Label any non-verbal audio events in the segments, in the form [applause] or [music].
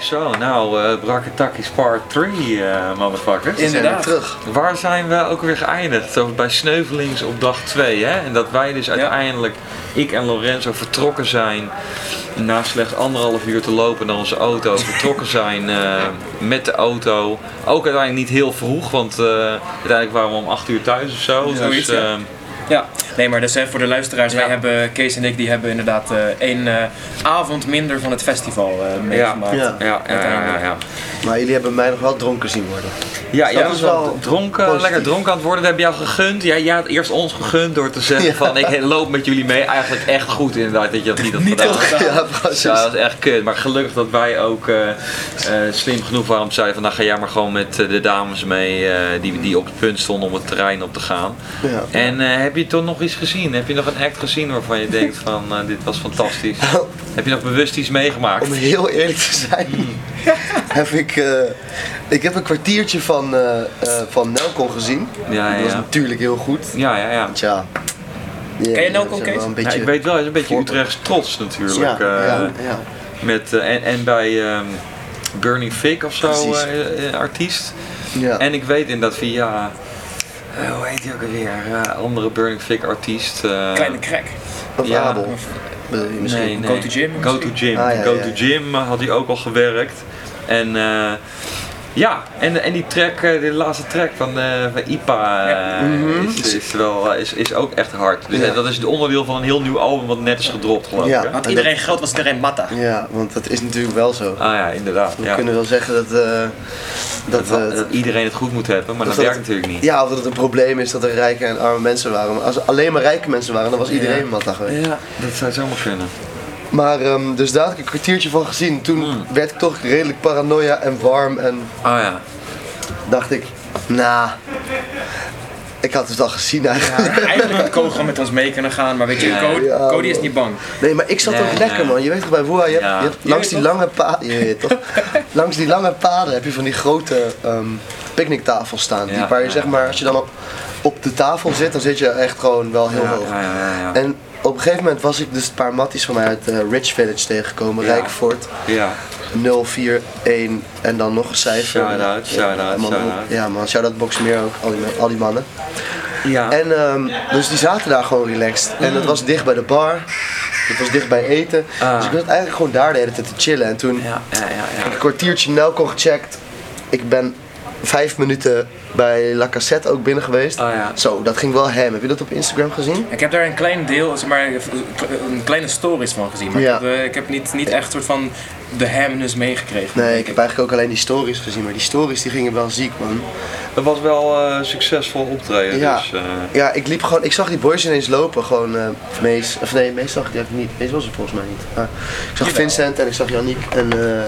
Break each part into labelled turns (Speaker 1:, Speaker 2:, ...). Speaker 1: Zo, nou, eh Braketakis part 3, eh motherfuckers.
Speaker 2: Inderdaad.
Speaker 3: Zijn we terug.
Speaker 1: Waar zijn we ook weer geëindigd? Zo Bij Sneuvelings op dag 2, hè? En dat wij dus uiteindelijk, ik en Lorenzo, vertrokken zijn... na slechts anderhalf uur te lopen naar onze auto... [laughs] vertrokken zijn eh, met de auto. Ook uiteindelijk niet heel vroeg, want eh, uiteindelijk waren we om 8 uur thuis of zo.
Speaker 2: Ja, zoiets, ja.
Speaker 1: eh,
Speaker 2: Ja, nee, maar dus hè, voor de luisteraars,
Speaker 1: Ja.
Speaker 2: wij hebben, Kees en ik, die hebben inderdaad eh, één eh, avond minder van het festival eh, meegemaakt.
Speaker 3: Ja.
Speaker 1: ja, ja, ja, ja.
Speaker 3: Maar jullie hebben mij nog wel dronken zien worden.
Speaker 1: Ja,
Speaker 3: Dus
Speaker 1: jij
Speaker 3: dat
Speaker 1: was
Speaker 3: is
Speaker 1: wel
Speaker 3: wel
Speaker 1: dronken,
Speaker 3: positief.
Speaker 1: lekker dronken aan het worden. Dat heb je jou gegund. Ja, jij had eerst ons gegund door te zeggen
Speaker 3: Ja.
Speaker 1: van ik loop met jullie mee. Eigenlijk echt goed inderdaad dat je dat niet
Speaker 3: [laughs]
Speaker 1: had gedaan.
Speaker 3: Ja, precies.
Speaker 1: Ja, dat is echt kut. Maar gelukkig dat wij ook eh, eh, slim genoeg waren om te zeggen van nou ga jij maar gewoon met eh, de dames mee eh, die, die op het punt stonden om het terrein op te gaan.
Speaker 3: Ja.
Speaker 1: En eh, heb je toch nog iets gezien? Heb je nog een act gezien waarvan je denkt van eh, dit was fantastisch? heb je nog bewust iets meegemaakt?
Speaker 3: Oh. Om heel eerlijk te
Speaker 2: [laughs]
Speaker 3: zijn, heb ik, eh, ik heb een kwartiertje van, eh eh, van Nelcon gezien.
Speaker 1: Ja, ja,
Speaker 3: Dat was
Speaker 1: ja.
Speaker 3: natuurlijk heel goed.
Speaker 1: Ja, ja, ja.
Speaker 3: Tja. Ja,
Speaker 2: Ken je Nelcon,
Speaker 3: dat is
Speaker 2: Kees?
Speaker 3: wel een
Speaker 1: Ja,
Speaker 3: beetje-
Speaker 1: ik weet wel, hij is een beetje
Speaker 3: voorbeeld.
Speaker 1: Utrechts trots natuurlijk.
Speaker 3: Ja, ja,
Speaker 1: eh,
Speaker 3: ja.
Speaker 1: Met, eh, en, en bij ehm, Burning Fig of zo,
Speaker 3: Precies.
Speaker 1: eh, eh, artiest.
Speaker 3: Ja.
Speaker 1: En ik weet inderdaad via, eh, hoe heet hij ook alweer, Eh, andere Burning Fig artiest. eh,
Speaker 2: Kleine crack.
Speaker 3: Of
Speaker 1: ja.
Speaker 3: Abel, bedoel je misschien?
Speaker 1: Nee, nee.
Speaker 2: Go to Gym
Speaker 1: Go to Gym.
Speaker 2: misschien?
Speaker 3: Ah, ja,
Speaker 1: Go
Speaker 3: ja,
Speaker 1: to
Speaker 3: ja.
Speaker 1: Gym eh, had hij ook al gewerkt. En eh, ja, en, en die track, eh, die laatste track van, eh, van IPA eh, is, is, wel, eh, is, is ook echt hard. Dus
Speaker 3: Mhm. Ja.
Speaker 1: eh, dat is het onderdeel van een heel nieuw album wat net is gedropt geloof
Speaker 3: Ja.
Speaker 1: ik. hè?
Speaker 2: Had iedereen geld, was iedereen [laughs] matta.
Speaker 3: Ja, want dat is natuurlijk wel zo.
Speaker 1: Ah ja, inderdaad.
Speaker 3: We
Speaker 1: ja.
Speaker 3: kunnen wel zeggen dat... eh, dat,
Speaker 1: dat, wel-
Speaker 3: eh,
Speaker 1: dat iedereen het goed moet hebben, maar dat,
Speaker 3: dat-
Speaker 1: werkt natuurlijk niet.
Speaker 3: ja, of dat het een probleem is dat er rijke en arme mensen waren. Maar als er alleen maar rijke mensen waren, dan was iedereen
Speaker 1: Ja.
Speaker 3: een matta geweest.
Speaker 1: Ja, dat zou zomaar kunnen.
Speaker 3: Maar ehm, dus daar had ik een kwartiertje van gezien. Toen
Speaker 1: Hmm.
Speaker 3: werd ik toch redelijk paranoia en warm en
Speaker 1: Oh ja.
Speaker 3: dacht ik, nou, ik had het al gezien eigenlijk.
Speaker 2: Eigenlijk had Ko gewoon met ons mee kunnen gaan, maar weet je,
Speaker 1: Ja.
Speaker 2: Ko,
Speaker 3: Ja,
Speaker 2: Ko die is
Speaker 3: man.
Speaker 2: niet bang.
Speaker 3: Nee, maar ik zat
Speaker 1: Nee,
Speaker 3: ook lekker
Speaker 1: nee.
Speaker 3: man. Je weet toch bij Woeha, je, hebt-
Speaker 1: Ja.
Speaker 3: je hebt langs die
Speaker 2: toch?
Speaker 3: lange [laughs] paden, je
Speaker 1: [laughs]
Speaker 3: weet toch? langs die lange paden heb je van die grote ehm picknicktafels staan. die,
Speaker 1: Ja,
Speaker 3: waar je
Speaker 1: ja,
Speaker 3: zeg maar, als je dan op, op de tafel zit, dan zit je echt gewoon wel heel
Speaker 1: Ja,
Speaker 3: hoog.
Speaker 1: ja, ja, ja.
Speaker 3: En op een gegeven moment was ik dus een paar matties van mij uit eh, Rich Village tegengekomen,
Speaker 1: Ja.
Speaker 3: Rijkvoort.
Speaker 1: Ja.
Speaker 3: 041 en dan nog een cijfer.
Speaker 1: Shout-out, shout-out,
Speaker 3: man,
Speaker 1: shout-out.
Speaker 3: Ja man, shout-out Box meer ook, al die, al die mannen.
Speaker 1: ja.
Speaker 3: En ehm, dus die zaten daar gewoon relaxed. En het was dicht bij de bar, het was dicht bij eten.
Speaker 1: Ah.
Speaker 3: Dus ik was eigenlijk gewoon daar de hele tijd te chillen. En toen
Speaker 1: ja, ja, ja, ja.
Speaker 3: een kwartiertje Nelco gecheckt. Ik ben vijf minuten bij La Cassette ook binnen geweest.
Speaker 1: Ah, ja.
Speaker 3: Zo, dat ging wel hem. Heb je dat op Instagram gezien?
Speaker 2: Ik heb daar een klein deel, zeg maar, eh, een kleine stories van gezien, maar
Speaker 3: Ja.
Speaker 2: ik heb, eh, ik heb niet, niet echt soort van de hamness meegekregen.
Speaker 3: Nee, ik heb eigenlijk ook alleen die stories gezien. Maar die stories die gingen wel ziek man.
Speaker 1: Dat was wel eh, succesvol optreden.
Speaker 3: Ja.
Speaker 1: Dus, eh,
Speaker 3: Ja, ik liep gewoon, ik zag die boys ineens lopen, gewoon eh, Mees, of nee, Mees zag ik eigenlijk niet, Mees was er volgens mij niet. Maar ik zag Vincent en ik zag Yannick en eh,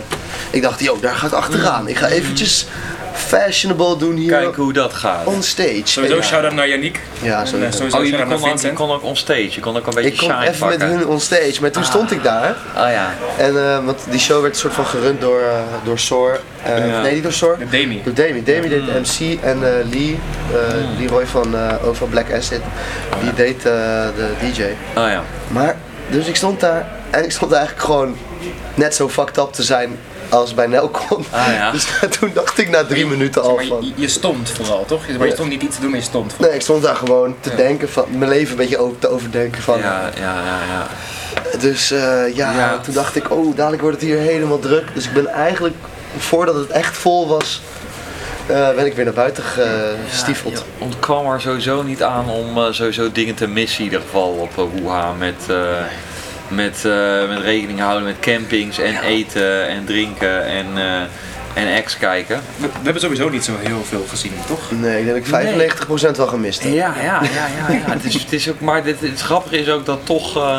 Speaker 3: ik dacht, yo, daar gaat achteraan.
Speaker 1: Mm.
Speaker 3: Ik ga eventjes fashionable doen hier
Speaker 1: kijken hoe dat gaat.
Speaker 3: on stage.
Speaker 2: Sowieso
Speaker 3: Ja.
Speaker 2: shout-out naar Yannick.
Speaker 3: Ja, sowieso.
Speaker 2: En, eh, sowieso
Speaker 1: Oh, je
Speaker 2: shout-out
Speaker 1: kon,
Speaker 2: naar
Speaker 1: ook, je
Speaker 2: Vincent.
Speaker 1: kon ook onstage, je kon ook een beetje
Speaker 3: Ik kom
Speaker 1: shine
Speaker 3: even met
Speaker 1: pakken. Ah.
Speaker 3: hun on stage, maar toen stond ik daar.
Speaker 1: Oh ja.
Speaker 3: En, eh, want die show werd soort van gerund door, eh, door Soar. eh,
Speaker 1: Ja.
Speaker 3: Nee, niet door Soar.
Speaker 2: Met Demi.
Speaker 3: Door Demi. Demi deed de MC en eh, Lee, eh,
Speaker 1: Mm.
Speaker 3: Leroy van, eh, ook van Black Acid, die deed eh, de DJ.
Speaker 1: Oh ja.
Speaker 3: Maar, dus ik stond daar en ik stond eigenlijk gewoon net zo fucked up te zijn als bij Nelcon.
Speaker 1: Ah, ja.
Speaker 3: [laughs] Dus toen dacht ik na drie minuten al
Speaker 2: Maar je,
Speaker 3: van...
Speaker 2: je stond vooral, toch? Maar je stond niet iets te doen, maar je stond vooral.
Speaker 3: Nee, ik stond daar gewoon te denken van, mijn leven een beetje over, te overdenken van.
Speaker 1: Ja, ja, ja, ja.
Speaker 3: Dus eh, ja,
Speaker 1: Ja.
Speaker 3: toen dacht ik, oh, dadelijk wordt het hier helemaal druk. Dus ik ben eigenlijk, voordat het echt vol was, eh, ben ik weer naar buiten gestiefeld.
Speaker 1: Je ontkwam er sowieso niet aan om eh, sowieso dingen te missen in ieder geval op eh, Wuha met, eh, met, eh, met rekening houden met campings en eten en drinken en, eh, en acts kijken.
Speaker 2: We, we hebben sowieso niet zo heel veel gezien, toch?
Speaker 3: Nee, ik denk dat ik 95% wel gemist heb.
Speaker 1: Ja, ja, ja, ja. ja. het is, het is ook, maar dit, het grappige is ook dat toch, eh,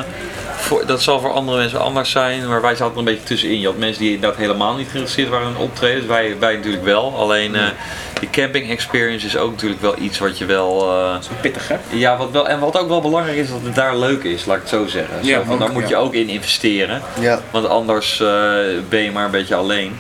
Speaker 1: voor, dat zal voor andere mensen anders zijn, maar wij zaten een beetje tussenin. Je had mensen die inderdaad helemaal niet geïnteresseerd waren in optredens, wij, wij natuurlijk wel. Alleen eh die camping experience is ook natuurlijk wel iets wat je wel... eh,
Speaker 2: Zo pittig, hè?
Speaker 1: ja, wat wel, en wat ook wel belangrijk is, dat het daar leuk is, laat ik het zo zeggen.
Speaker 2: Ja,
Speaker 1: Zo van,
Speaker 2: ook,
Speaker 1: daar moet
Speaker 2: ja.
Speaker 1: je ook in investeren,
Speaker 3: Ja.
Speaker 1: want anders eh, ben je maar een beetje alleen.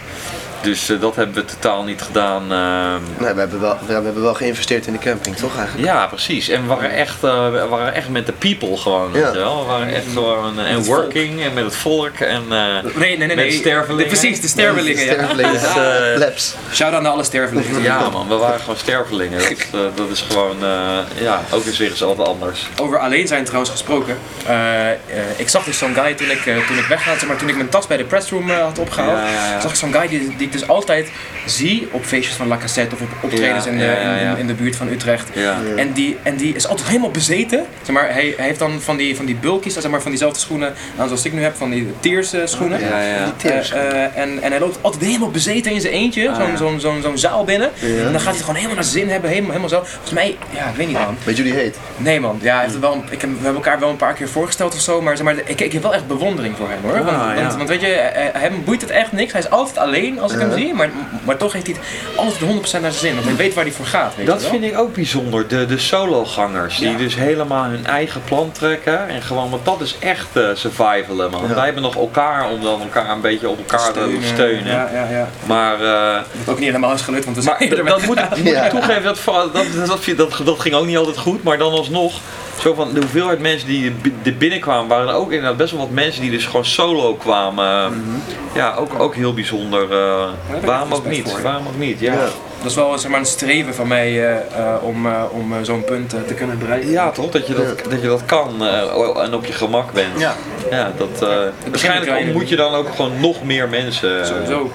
Speaker 1: Dus eh, dat hebben we totaal niet gedaan. ehm.
Speaker 3: Nee, we hebben, wel, we hebben wel geïnvesteerd in de camping, toch eigenlijk?
Speaker 1: ja, precies. En we waren echt, eh, we waren echt met de people gewoon.
Speaker 3: Ja.
Speaker 1: Weet je wel? We waren echt gewoon eh, en
Speaker 2: het volk.
Speaker 1: working en met het volk. En, eh,
Speaker 2: Nee, nee, nee.
Speaker 1: Met
Speaker 2: nee.
Speaker 1: stervelingen.
Speaker 2: De- Precies, de stervelingen. Ja.
Speaker 3: Stervelingen.
Speaker 1: Dus, eh,
Speaker 3: Plebs.
Speaker 2: Shout-out naar alle
Speaker 3: eh,
Speaker 2: stervelingen.
Speaker 1: ja man, we waren gewoon stervelingen. Dat, eh, dat is gewoon, eh, ja, ook eens weer eens altijd anders.
Speaker 2: Over alleen zijn trouwens gesproken. Eh, eh, ik zag dus zo'n guy toen ik, eh, toen ik weggaat, zeg maar toen ik mijn tas bij de pressroom eh, had opgehaald.
Speaker 1: Ja, ja, ja.
Speaker 2: Zag ik zo'n guy die, die ik dus altijd zie op feestjes van La Cassette of op optredens
Speaker 1: Ja,
Speaker 2: in, de,
Speaker 1: ja, ja, ja.
Speaker 2: In, in de buurt van Utrecht.
Speaker 1: Ja.
Speaker 2: En, die, en die is altijd helemaal bezeten. Zeg maar, hij, hij heeft dan van die, van die bulkies, zeg maar, van diezelfde schoenen aan zoals ik nu heb, van die tears eh, schoenen.
Speaker 1: Ja, ja.
Speaker 3: Tears.
Speaker 2: Eh, eh, en, en hij loopt altijd helemaal bezeten in zijn eentje,
Speaker 1: Ah,
Speaker 2: zo'n
Speaker 1: ja.
Speaker 2: zo'n- zo'n- zo'n zaal binnen.
Speaker 3: Ja.
Speaker 2: En dan gaat hij het gewoon helemaal naar zijn zin hebben, helemaal, helemaal zo. Volgens mij, ja, ik weet niet man.
Speaker 3: Weet jullie heet?
Speaker 2: Nee man, ja, hij heeft het wel, een- ik heb, we hebben elkaar wel een paar keer voorgesteld of zo, maar, zeg maar ik, ik heb wel echt bewondering voor hem hoor. want,
Speaker 1: Ah, ja.
Speaker 2: want, want weet je, eh, eh, hem boeit het echt niks, hij is altijd alleen als ik hem
Speaker 3: Ja.
Speaker 2: zie, maar, maar toch heeft hij het altijd 100% naar zijn zin, want hij weet waar hij voor gaat, weet
Speaker 1: Dat
Speaker 2: je wel.
Speaker 1: vind ik ook bijzonder, de, de sologangers. Die
Speaker 2: Ja.
Speaker 1: dus helemaal hun eigen plan trekken. En gewoon, want dat is echt eh, survivalen, man.
Speaker 3: Ja.
Speaker 1: Wij hebben nog elkaar om dan elkaar een beetje op elkaar te steunen.
Speaker 2: Ja, ja, ja.
Speaker 1: Maar, eh,
Speaker 2: Wat ook niet helemaal is gelukt, want we [laughs] zijn
Speaker 1: maar
Speaker 2: eerder
Speaker 1: dat,
Speaker 2: weg.
Speaker 1: dat moet ik, moet ik
Speaker 3: Ja.
Speaker 1: toegeven, dat, va- dat, dat, dat, dat ging ook niet altijd goed. Maar dan alsnog, zo van de hoeveelheid mensen die er binnenkwamen, waren er ook inderdaad best wel wat mensen die dus gewoon solo kwamen.
Speaker 3: Mhm.
Speaker 1: Ja, ook, ook heel bijzonder. eh,
Speaker 2: heb ik
Speaker 1: waarom
Speaker 2: echt
Speaker 1: ook
Speaker 2: respect
Speaker 1: niet?
Speaker 2: voor, ja.
Speaker 1: Waarom ook niet? Ja,
Speaker 3: Ja.
Speaker 2: Dat is wel zeg maar, een streven van mij eh, eh, om, eh, om eh, zo'n punt eh, te kunnen bereiken.
Speaker 1: ja toch? Dat je dat, dat, je dat kan eh, en op je gemak bent.
Speaker 3: Ja.
Speaker 1: Ja, dat, eh, waarschijnlijk
Speaker 2: kleiner.
Speaker 1: ontmoet je dan ook gewoon nog meer mensen. eh.
Speaker 2: Sowieso.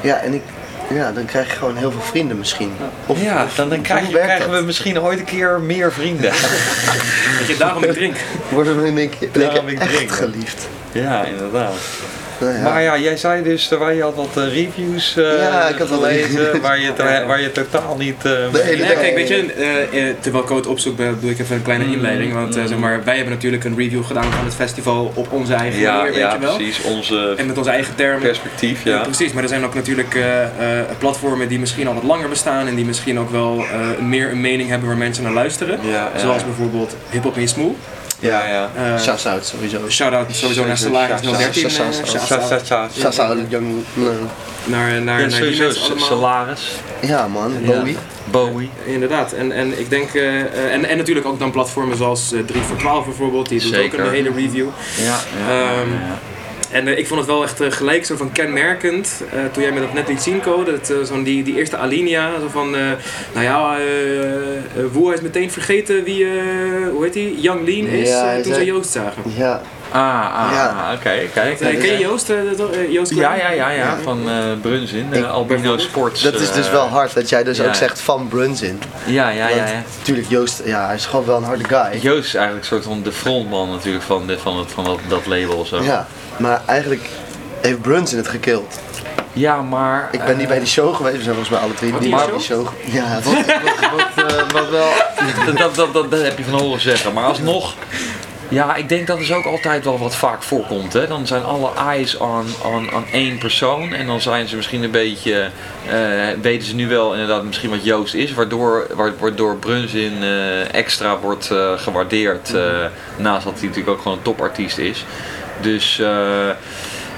Speaker 3: Ja, en ik, ja, dan krijg je gewoon heel veel vrienden misschien. Of,
Speaker 1: Ja, dan, dan krijg je-
Speaker 3: hoe werkt
Speaker 1: krijgen
Speaker 3: dat?
Speaker 1: we misschien ooit een keer meer
Speaker 3: [laughs]
Speaker 1: vrienden.
Speaker 2: Dat je daarom niet drinkt.
Speaker 3: worden we in één keer in één
Speaker 1: Daarom
Speaker 3: keer
Speaker 1: ik
Speaker 3: echt
Speaker 1: drink, hè.
Speaker 3: geliefd.
Speaker 1: ja, inderdaad.
Speaker 3: Nou ja.
Speaker 1: Maar ja, jij zei dus, terwijl je had wat eh, reviews eh,
Speaker 3: Ja, ik had wel
Speaker 1: gelezen
Speaker 3: reviews.
Speaker 1: waar
Speaker 3: [laughs]
Speaker 1: je, het- waar je totaal niet... eh, mee-
Speaker 3: hele
Speaker 2: Ja, kijk, weet je, eh, eh, terwijl ik het opzoek ben, doe ik even een kleine inleiding. Want eh, zeg maar, wij hebben natuurlijk een review gedaan van het festival op onze eigen
Speaker 1: ja,
Speaker 2: manier, weet
Speaker 1: ja
Speaker 2: je wel.
Speaker 1: precies. Onze
Speaker 2: En met onze eigen termen.
Speaker 1: perspectief,
Speaker 2: Ja.
Speaker 1: ja.
Speaker 2: precies, maar er zijn ook natuurlijk eh, eh, platformen die misschien al wat langer bestaan en die misschien ook wel eh, meer een mening hebben waar mensen naar luisteren.
Speaker 1: Ja, ja.
Speaker 2: Zoals bijvoorbeeld Hip Hop in Smoel.
Speaker 1: Ja, ja.
Speaker 2: Eh,
Speaker 3: Shouts out sowieso.
Speaker 2: Shout-out sowieso naar Salaris 013. eh,
Speaker 3: Shout-out.
Speaker 1: Sa-
Speaker 2: shout-out
Speaker 1: sa- sa- sa-
Speaker 3: Shouts out Young... eh,
Speaker 2: Naar, naar,
Speaker 1: Ja,
Speaker 2: naar die
Speaker 1: sowieso.
Speaker 2: mensen
Speaker 1: s-
Speaker 2: allemaal.
Speaker 1: Salaris,
Speaker 3: Ja man,
Speaker 1: Ja.
Speaker 3: Bowie.
Speaker 1: Bowie.
Speaker 2: Inderdaad, en, en ik denk, eh, eh, en, en natuurlijk ook dan platformen zoals eh, 3 voor 12 bijvoorbeeld, die doet
Speaker 1: Zeker.
Speaker 2: ook een hele review.
Speaker 1: Ja,
Speaker 2: Ehm, En eh, ik vond het wel echt eh, gelijk zo van kenmerkend, eh, toen jij me dat net liet zien, Co, dat, eh, zo'n die, die eerste alinea, zo van, eh, nou ja, eh eh, Woe is meteen vergeten wie, eh, hoe heet hij, Yang Lean is,
Speaker 3: Ja,
Speaker 2: eh,
Speaker 3: hij
Speaker 2: toen ze
Speaker 3: zei-
Speaker 2: Joost zagen.
Speaker 3: Ja.
Speaker 1: Ah, ah,
Speaker 3: Ja.
Speaker 1: ah, oké, kijk.
Speaker 2: Eh, ken je Joost? eh, dat- eh, Joost
Speaker 1: Ja,
Speaker 2: Klein?
Speaker 1: ja, ja, ja, van eh Brunzin, eh,
Speaker 3: Ik-
Speaker 1: Albino Sports.
Speaker 3: Dat is
Speaker 1: eh,
Speaker 3: dus wel hard dat jij dus
Speaker 1: ja.
Speaker 3: ook zegt van Brunzin.
Speaker 1: Ja, ja, ja, ja.
Speaker 3: Tuurlijk, Joost, ja, hij is gewoon wel een harde guy.
Speaker 1: Joost is eigenlijk een soort van de frontman natuurlijk van, dit- van, het, van dat, dat label zo.
Speaker 3: Ja, maar eigenlijk heeft Brunzin het gekild.
Speaker 1: Ja, maar...
Speaker 3: Ik ben niet
Speaker 1: eh,
Speaker 3: bij die show geweest, we zijn volgens mij alle drie
Speaker 2: Wat
Speaker 3: niet
Speaker 2: die
Speaker 3: bij
Speaker 2: show?
Speaker 3: die show. ge- Ja, wat,
Speaker 1: Wat, eh, wat wel, dat, dat, dat, dat, dat heb je van horen zeggen. Maar alsnog, ja, ik denk dat is ook altijd wel wat vaak voorkomt. Hè? Dan zijn alle eyes on, on, on één persoon. En dan zijn ze misschien een beetje, eh, weten ze nu wel inderdaad misschien wat Joost is. Waardoor, wa- waardoor Brunzin eh, extra wordt eh, gewaardeerd. eh, naast dat hij natuurlijk ook gewoon een topartiest is. Dus eh,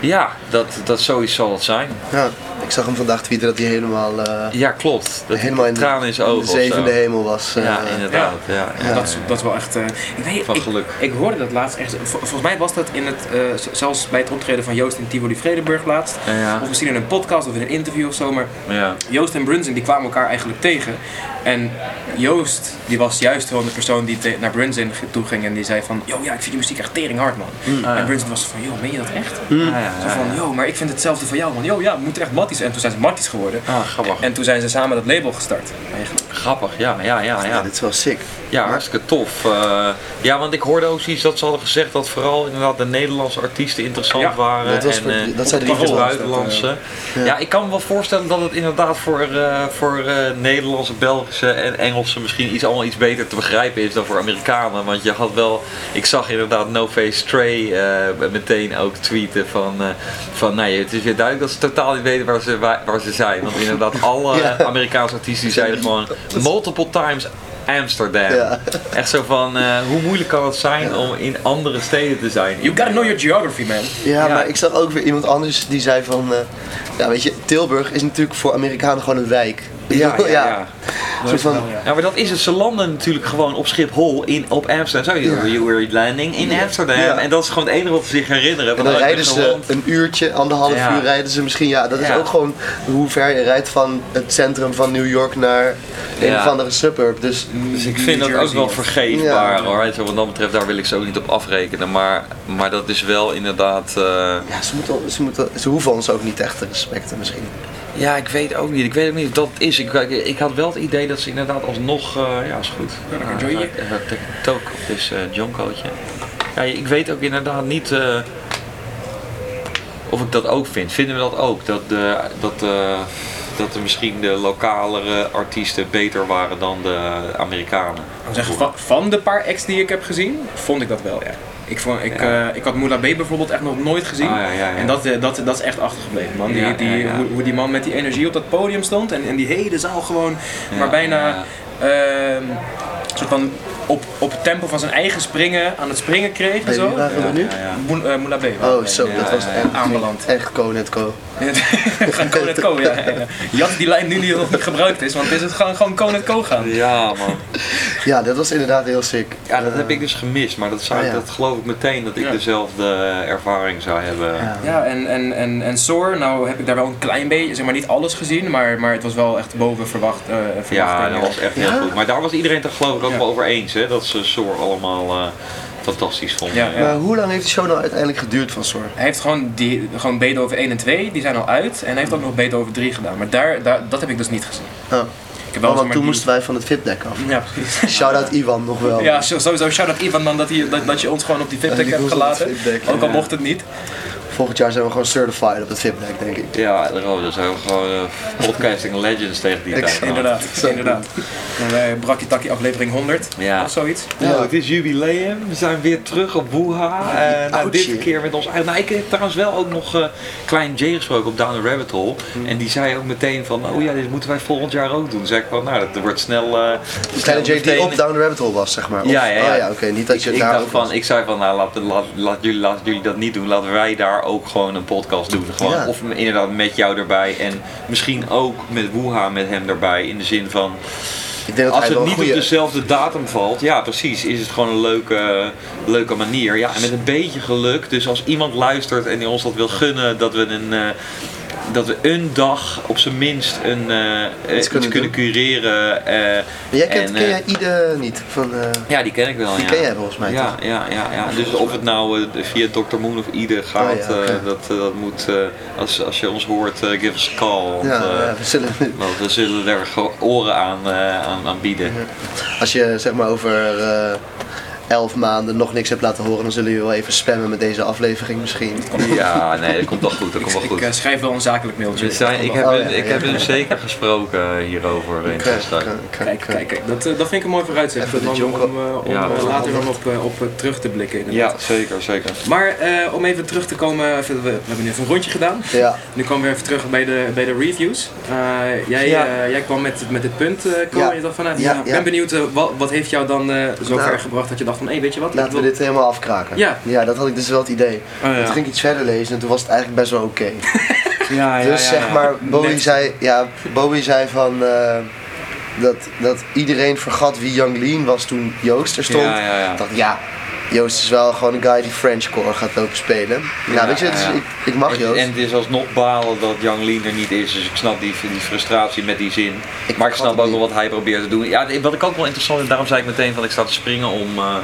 Speaker 1: ja, dat, dat zoiets zal het zijn.
Speaker 3: ja, ik zag hem vandaag tweeten dat hij helemaal, eh
Speaker 1: Ja, klopt. Dat
Speaker 3: helemaal in de,
Speaker 1: tranen in zijn
Speaker 3: in de
Speaker 1: ogen. of zo.
Speaker 3: zevende hemel was. eh,
Speaker 1: Ja, inderdaad. Ja, ja.
Speaker 2: Dat, is, dat is wel echt. eh, ik, weet,
Speaker 1: Van
Speaker 2: ik,
Speaker 1: geluk.
Speaker 2: ik hoorde dat laatst echt. vol- volgens mij was dat in het, eh, z- zelfs bij het optreden van Joost in Tivoli Vredenburg laatst.
Speaker 1: Ja.
Speaker 2: Of misschien in een podcast of in een interview of zo. Maar
Speaker 1: Ja.
Speaker 2: Joost en Brunson die kwamen elkaar eigenlijk tegen. En Joost die was juist wel de persoon die te- naar Brunson g- toe ging en die zei van, yo ja, ik vind je muziek echt tering hard man.
Speaker 1: Ah, ja.
Speaker 2: En Brunson was van, yo, meen je dat echt?
Speaker 1: Ah, ja,
Speaker 2: Zo
Speaker 1: ja,
Speaker 2: van,
Speaker 1: ja.
Speaker 2: yo, maar ik vind hetzelfde van jou man. Yo ja, we moeten echt matties. En toen zijn ze matties geworden.
Speaker 1: Ah, grappig.
Speaker 2: En toen zijn ze samen dat label gestart. Eigenlijk.
Speaker 1: grappig, ja, ja, ja,
Speaker 3: ja,
Speaker 1: ja.
Speaker 3: dit is wel sick.
Speaker 1: Ja, hartstikke tof. Eh, ja, want ik hoorde ook zoiets dat ze hadden gezegd dat vooral inderdaad de Nederlandse artiesten interessant
Speaker 2: Ja,
Speaker 1: waren.
Speaker 3: dat was
Speaker 1: en,
Speaker 3: voor-
Speaker 1: eh,
Speaker 3: dat zijn de
Speaker 1: vooral
Speaker 3: Nederlandse,
Speaker 1: buitenlandse. Ja. ik kan me wel voorstellen dat het inderdaad voor, eh, voor eh, Nederlandse, Belgische en Engelse misschien iets allemaal iets beter te begrijpen is dan voor Amerikanen. Want je had wel, ik zag inderdaad No Face Trey eh, meteen ook tweeten van, eh, van nee, het is weer duidelijk dat ze totaal niet weten waar ze, waar, waar ze zijn. Want inderdaad, alle
Speaker 3: Ja.
Speaker 1: Amerikaanse artiesten die zeiden gewoon multiple times. Amsterdam.
Speaker 3: Ja.
Speaker 1: Echt zo van, eh, hoe moeilijk kan het zijn om in andere steden te zijn?
Speaker 4: You gotta know your geography, man.
Speaker 3: Ja,
Speaker 1: Ja.
Speaker 3: maar ik zag ook weer iemand anders die zei van... eh, ja, weet je, Tilburg is natuurlijk voor Amerikanen gewoon een wijk.
Speaker 4: Ja,
Speaker 3: [laughs]
Speaker 4: ja, ja.
Speaker 3: Een soort van,
Speaker 1: Ja, maar dat is het. Ze landen natuurlijk gewoon op Schiphol in, op Amsterdam. Zo, you were landing in Amsterdam.
Speaker 3: Ja.
Speaker 1: En dat is gewoon het enige wat ze zich herinneren.
Speaker 3: en
Speaker 1: Want
Speaker 3: dan
Speaker 1: uit
Speaker 3: rijden
Speaker 1: het
Speaker 3: ze
Speaker 1: land-
Speaker 3: een uurtje, anderhalf
Speaker 1: Ja.
Speaker 3: uur rijden ze misschien. Ja, dat is
Speaker 1: Ja.
Speaker 3: ook gewoon hoe ver je rijdt van het centrum van New York naar een
Speaker 1: Ja.
Speaker 3: of andere suburb. Dus
Speaker 1: Dus ik vind dat
Speaker 4: New
Speaker 1: ook wel
Speaker 4: Jersey.
Speaker 1: vergeefbaar
Speaker 3: Ja.
Speaker 1: hoor. Zo, wat dat betreft, daar wil ik ze ook niet op afrekenen. Maar, maar dat is wel inderdaad. eh,
Speaker 3: ja, ze, moeten, ze, moeten, ze hoeven ons ook niet echt te respecten misschien.
Speaker 1: ja, ik weet ook niet. Ik weet ook niet of dat is. Ik, ik, ik had wel het idee dat ze inderdaad alsnog. eh, ja, is goed.
Speaker 4: dan kan Johnny.
Speaker 1: Ja, dat betekent ook. Het is eh Jonkootje. Ja, ik weet ook inderdaad niet. eh, of ik dat ook vind. Vinden we dat ook? Dat, de, dat, eh, dat er misschien de lokalere artiesten beter waren dan de Amerikanen.
Speaker 4: Dan
Speaker 2: Zeg, va- van de paar acts die ik heb gezien, vond ik dat wel, ja. Ik, vond, ik,
Speaker 1: Ja.
Speaker 2: eh, ik had Moula B bijvoorbeeld echt nog nooit gezien.
Speaker 1: Ah, ja, ja, ja.
Speaker 2: En dat, eh, dat, dat is echt achtergebleven, man. Die,
Speaker 1: Ja, ja,
Speaker 2: die,
Speaker 1: ja.
Speaker 2: Hoe, hoe die man met die energie op dat podium stond en, en die hele zaal gewoon
Speaker 1: Ja,
Speaker 2: maar bijna
Speaker 1: ja.
Speaker 2: ehm, soort van op, op het tempo van zijn eigen springen aan het springen kreeg en
Speaker 3: Hey,
Speaker 2: zo.
Speaker 3: wie waren we nu?
Speaker 2: Moe- eh, Moula B.
Speaker 3: Oh, zo,
Speaker 1: Ja,
Speaker 3: dat was
Speaker 1: ja, ja.
Speaker 3: echt, [laughs]
Speaker 2: Aanbeland.
Speaker 3: echt Conet Co.
Speaker 2: Gaan Conet Co, ja. ja, ja. Jat die lijn nu niet nog niet gebruikt is, want het is het gewoon, gewoon Conet Co gaan.
Speaker 1: Ja, man.
Speaker 3: Ja, dat was inderdaad heel sick. Eh,
Speaker 1: Ja, dat heb ik dus gemist, maar dat, zou,
Speaker 3: Ah, ja.
Speaker 1: dat geloof ik meteen dat ik
Speaker 2: Ja.
Speaker 1: dezelfde eh, ervaring zou hebben.
Speaker 3: Ja.
Speaker 2: Ja, en, en, en, en Soar, nou heb ik daar wel een klein beetje, zeg maar niet alles gezien, maar, maar het was wel echt boven verwacht. eh verwachting.
Speaker 1: Ja, dat was echt
Speaker 3: Ja.
Speaker 1: heel goed. Maar daar was iedereen het er geloof ik ook
Speaker 2: Ja.
Speaker 1: wel over eens, hè? dat ze Soor allemaal eh, fantastisch vonden.
Speaker 2: Ja, ja.
Speaker 3: Maar hoe lang heeft de show nou uiteindelijk geduurd van Sor?
Speaker 2: Hij heeft gewoon, die, gewoon Beethoven 1 en 2, die zijn al uit. En hij heeft ook nog Beethoven 3 gedaan, maar daar, daar, dat heb ik dus niet gezien.
Speaker 3: Oh,
Speaker 2: Ik heb wel zeg
Speaker 3: want toen
Speaker 2: maar die-
Speaker 3: moesten wij van het VIP-deck af.
Speaker 2: Ja, precies.
Speaker 3: Shout-out Iwan nog wel.
Speaker 2: Ja, zo- sowieso shout-out Ivan dan dat, hij, dat, dat je ons gewoon op die
Speaker 3: Ja, die
Speaker 2: VIP-tech hebt
Speaker 3: moest op het
Speaker 2: gelaten.
Speaker 3: VIP deck,
Speaker 2: Ook al mocht het niet.
Speaker 3: Volgend jaar zijn we gewoon certified op het VIP-deck, denk ik.
Speaker 1: Ja, daarom, dat zijn we gewoon eh, podcasting legends tegen die tijd.
Speaker 3: Exact.
Speaker 1: aan.
Speaker 3: [laughs]
Speaker 2: Inderdaad,
Speaker 3: Zo.
Speaker 2: inderdaad. En wij brakkie takkie aflevering 100
Speaker 1: Ja.
Speaker 2: of zoiets.
Speaker 1: Nou,
Speaker 3: Ja.
Speaker 1: het is jubileum. We zijn weer terug op Woeha. Eh nou,
Speaker 3: oudje.
Speaker 1: dit keer met ons eigen. Nou, ik heb trouwens wel ook nog eh, Klein J gesproken op Down the Rabbit Hole. En die zei ook meteen van, oh ja, dit moeten wij volgend jaar ook doen. Toen zei ik van, nou, dat wordt snel... eh, snel
Speaker 3: Kleine Jake die
Speaker 1: meteen-
Speaker 3: op Down the Rabbit Hole was, zeg maar. Of-
Speaker 1: Ja, ja, ja.
Speaker 3: Oh, ja oké. Niet dat je
Speaker 1: ik,
Speaker 3: daar
Speaker 1: dacht
Speaker 3: ook was.
Speaker 1: van, ik zei van, nou, laat, laat, laat, jullie, laat jullie dat niet doen. Laten wij daar ook gewoon een podcast doen. Gewoon,
Speaker 3: Ja.
Speaker 1: Of inderdaad met jou erbij. En misschien ook met Woeha met hem erbij. In de zin van,
Speaker 3: Ik denk dat
Speaker 1: Als
Speaker 3: hij wel
Speaker 1: het
Speaker 3: een
Speaker 1: niet
Speaker 3: goede...
Speaker 1: op dezelfde datum valt, ja precies, is het gewoon een leuke, leuke manier. Ja, en met een beetje geluk, dus als iemand luistert en die ons dat wil gunnen, dat we een, eh, dat we een dag op zijn minst een, eh, eh, iets kunnen,
Speaker 3: kunnen
Speaker 1: cureren. eh,
Speaker 3: Maar jij kent,
Speaker 1: en,
Speaker 3: ken
Speaker 1: eh,
Speaker 3: jij Ide niet? Van, eh,
Speaker 1: Ja, die ken ik wel.
Speaker 3: die
Speaker 1: ja.
Speaker 3: ken jij volgens mij,
Speaker 1: Ja,
Speaker 3: toch?
Speaker 1: ja, ja, ja. Dus of het nou eh, via Dr. Moon of Ide gaat,
Speaker 3: Oh ja, oké.
Speaker 1: eh, dat, eh, dat moet, eh, als, als je ons hoort, eh, give us a call. Want,
Speaker 3: Ja,
Speaker 1: eh,
Speaker 3: ja, we zullen...
Speaker 1: want we zullen er gewoon oren aan, eh, aan, aan bieden.
Speaker 3: Als je zeg maar over eh, elf maanden nog niks hebt laten horen, dan zullen jullie wel even spammen met deze aflevering misschien.
Speaker 1: Ja, nee, dat komt wel goed. Dat komt wel
Speaker 2: Ik
Speaker 1: goed.
Speaker 2: eh, schrijf wel een zakelijk mailtje.
Speaker 1: We zijn, ik heb,
Speaker 3: Oh, ja,
Speaker 1: ik
Speaker 3: ja, eh,
Speaker 1: heb
Speaker 3: ja.
Speaker 1: hem zeker gesproken hierover in
Speaker 3: Kijk,
Speaker 1: Testdag.
Speaker 3: kijk, kijk,
Speaker 2: Kijk, kijk, kijk. Dat, eh, dat vind ik een mooi vooruitzicht.
Speaker 3: Even de
Speaker 2: Om, om,
Speaker 3: jonko-
Speaker 2: eh, om
Speaker 1: Ja.
Speaker 2: eh, later dan op, eh, op eh, terug te blikken inderdaad.
Speaker 1: Ja, zeker, zeker.
Speaker 2: Maar eh, om even terug te komen, even- we, we hebben nu even een rondje gedaan.
Speaker 3: Ja,
Speaker 2: Nu komen we even terug bij de, bij de reviews. Eh, jij,
Speaker 1: Ja.
Speaker 2: eh, jij kwam met, met dit punt, eh Ko,
Speaker 3: Ja.
Speaker 2: en je dacht van, nou,
Speaker 3: Ja,
Speaker 2: ja, ik
Speaker 3: ja.
Speaker 2: ben benieuwd, eh, wat, wat heeft jou dan eh, zo
Speaker 3: Nou.
Speaker 2: ver gebracht dat je dacht van, hé, weet je wat?
Speaker 3: laten we dit helemaal afkraken.
Speaker 2: Ja.
Speaker 3: ja, dat had ik dus wel het idee.
Speaker 2: Oh, ja.
Speaker 3: Toen ging ik iets verder lezen en toen was het eigenlijk best wel oké.
Speaker 2: Ja, ja,
Speaker 3: [laughs] Dus
Speaker 2: ja,
Speaker 3: zeg
Speaker 2: ja.
Speaker 3: maar, Bowie
Speaker 2: Net.
Speaker 3: zei, ja, Bowie zei van eh, dat, dat iedereen vergat wie Young Lean was toen Joost er stond.
Speaker 1: Ja, ja, ja.
Speaker 3: Ik dacht, ja, Joost is wel gewoon een guy die Frenchcore gaat lopen spelen.
Speaker 1: Ja,
Speaker 3: nou, weet je, het is-
Speaker 1: ja, ja.
Speaker 3: ik, ik mag
Speaker 1: En,
Speaker 3: Joost.
Speaker 1: en het is alsnog balen dat Young Lean er niet is, dus ik snap die, die frustratie met die zin.
Speaker 3: Ik
Speaker 1: maar ik
Speaker 3: vat
Speaker 1: snap
Speaker 3: het
Speaker 1: ook wel
Speaker 3: niet.
Speaker 1: wat hij probeert te doen. Ja, wat ik ook wel interessant vind, daarom zei ik meteen van ik sta te springen om, eh,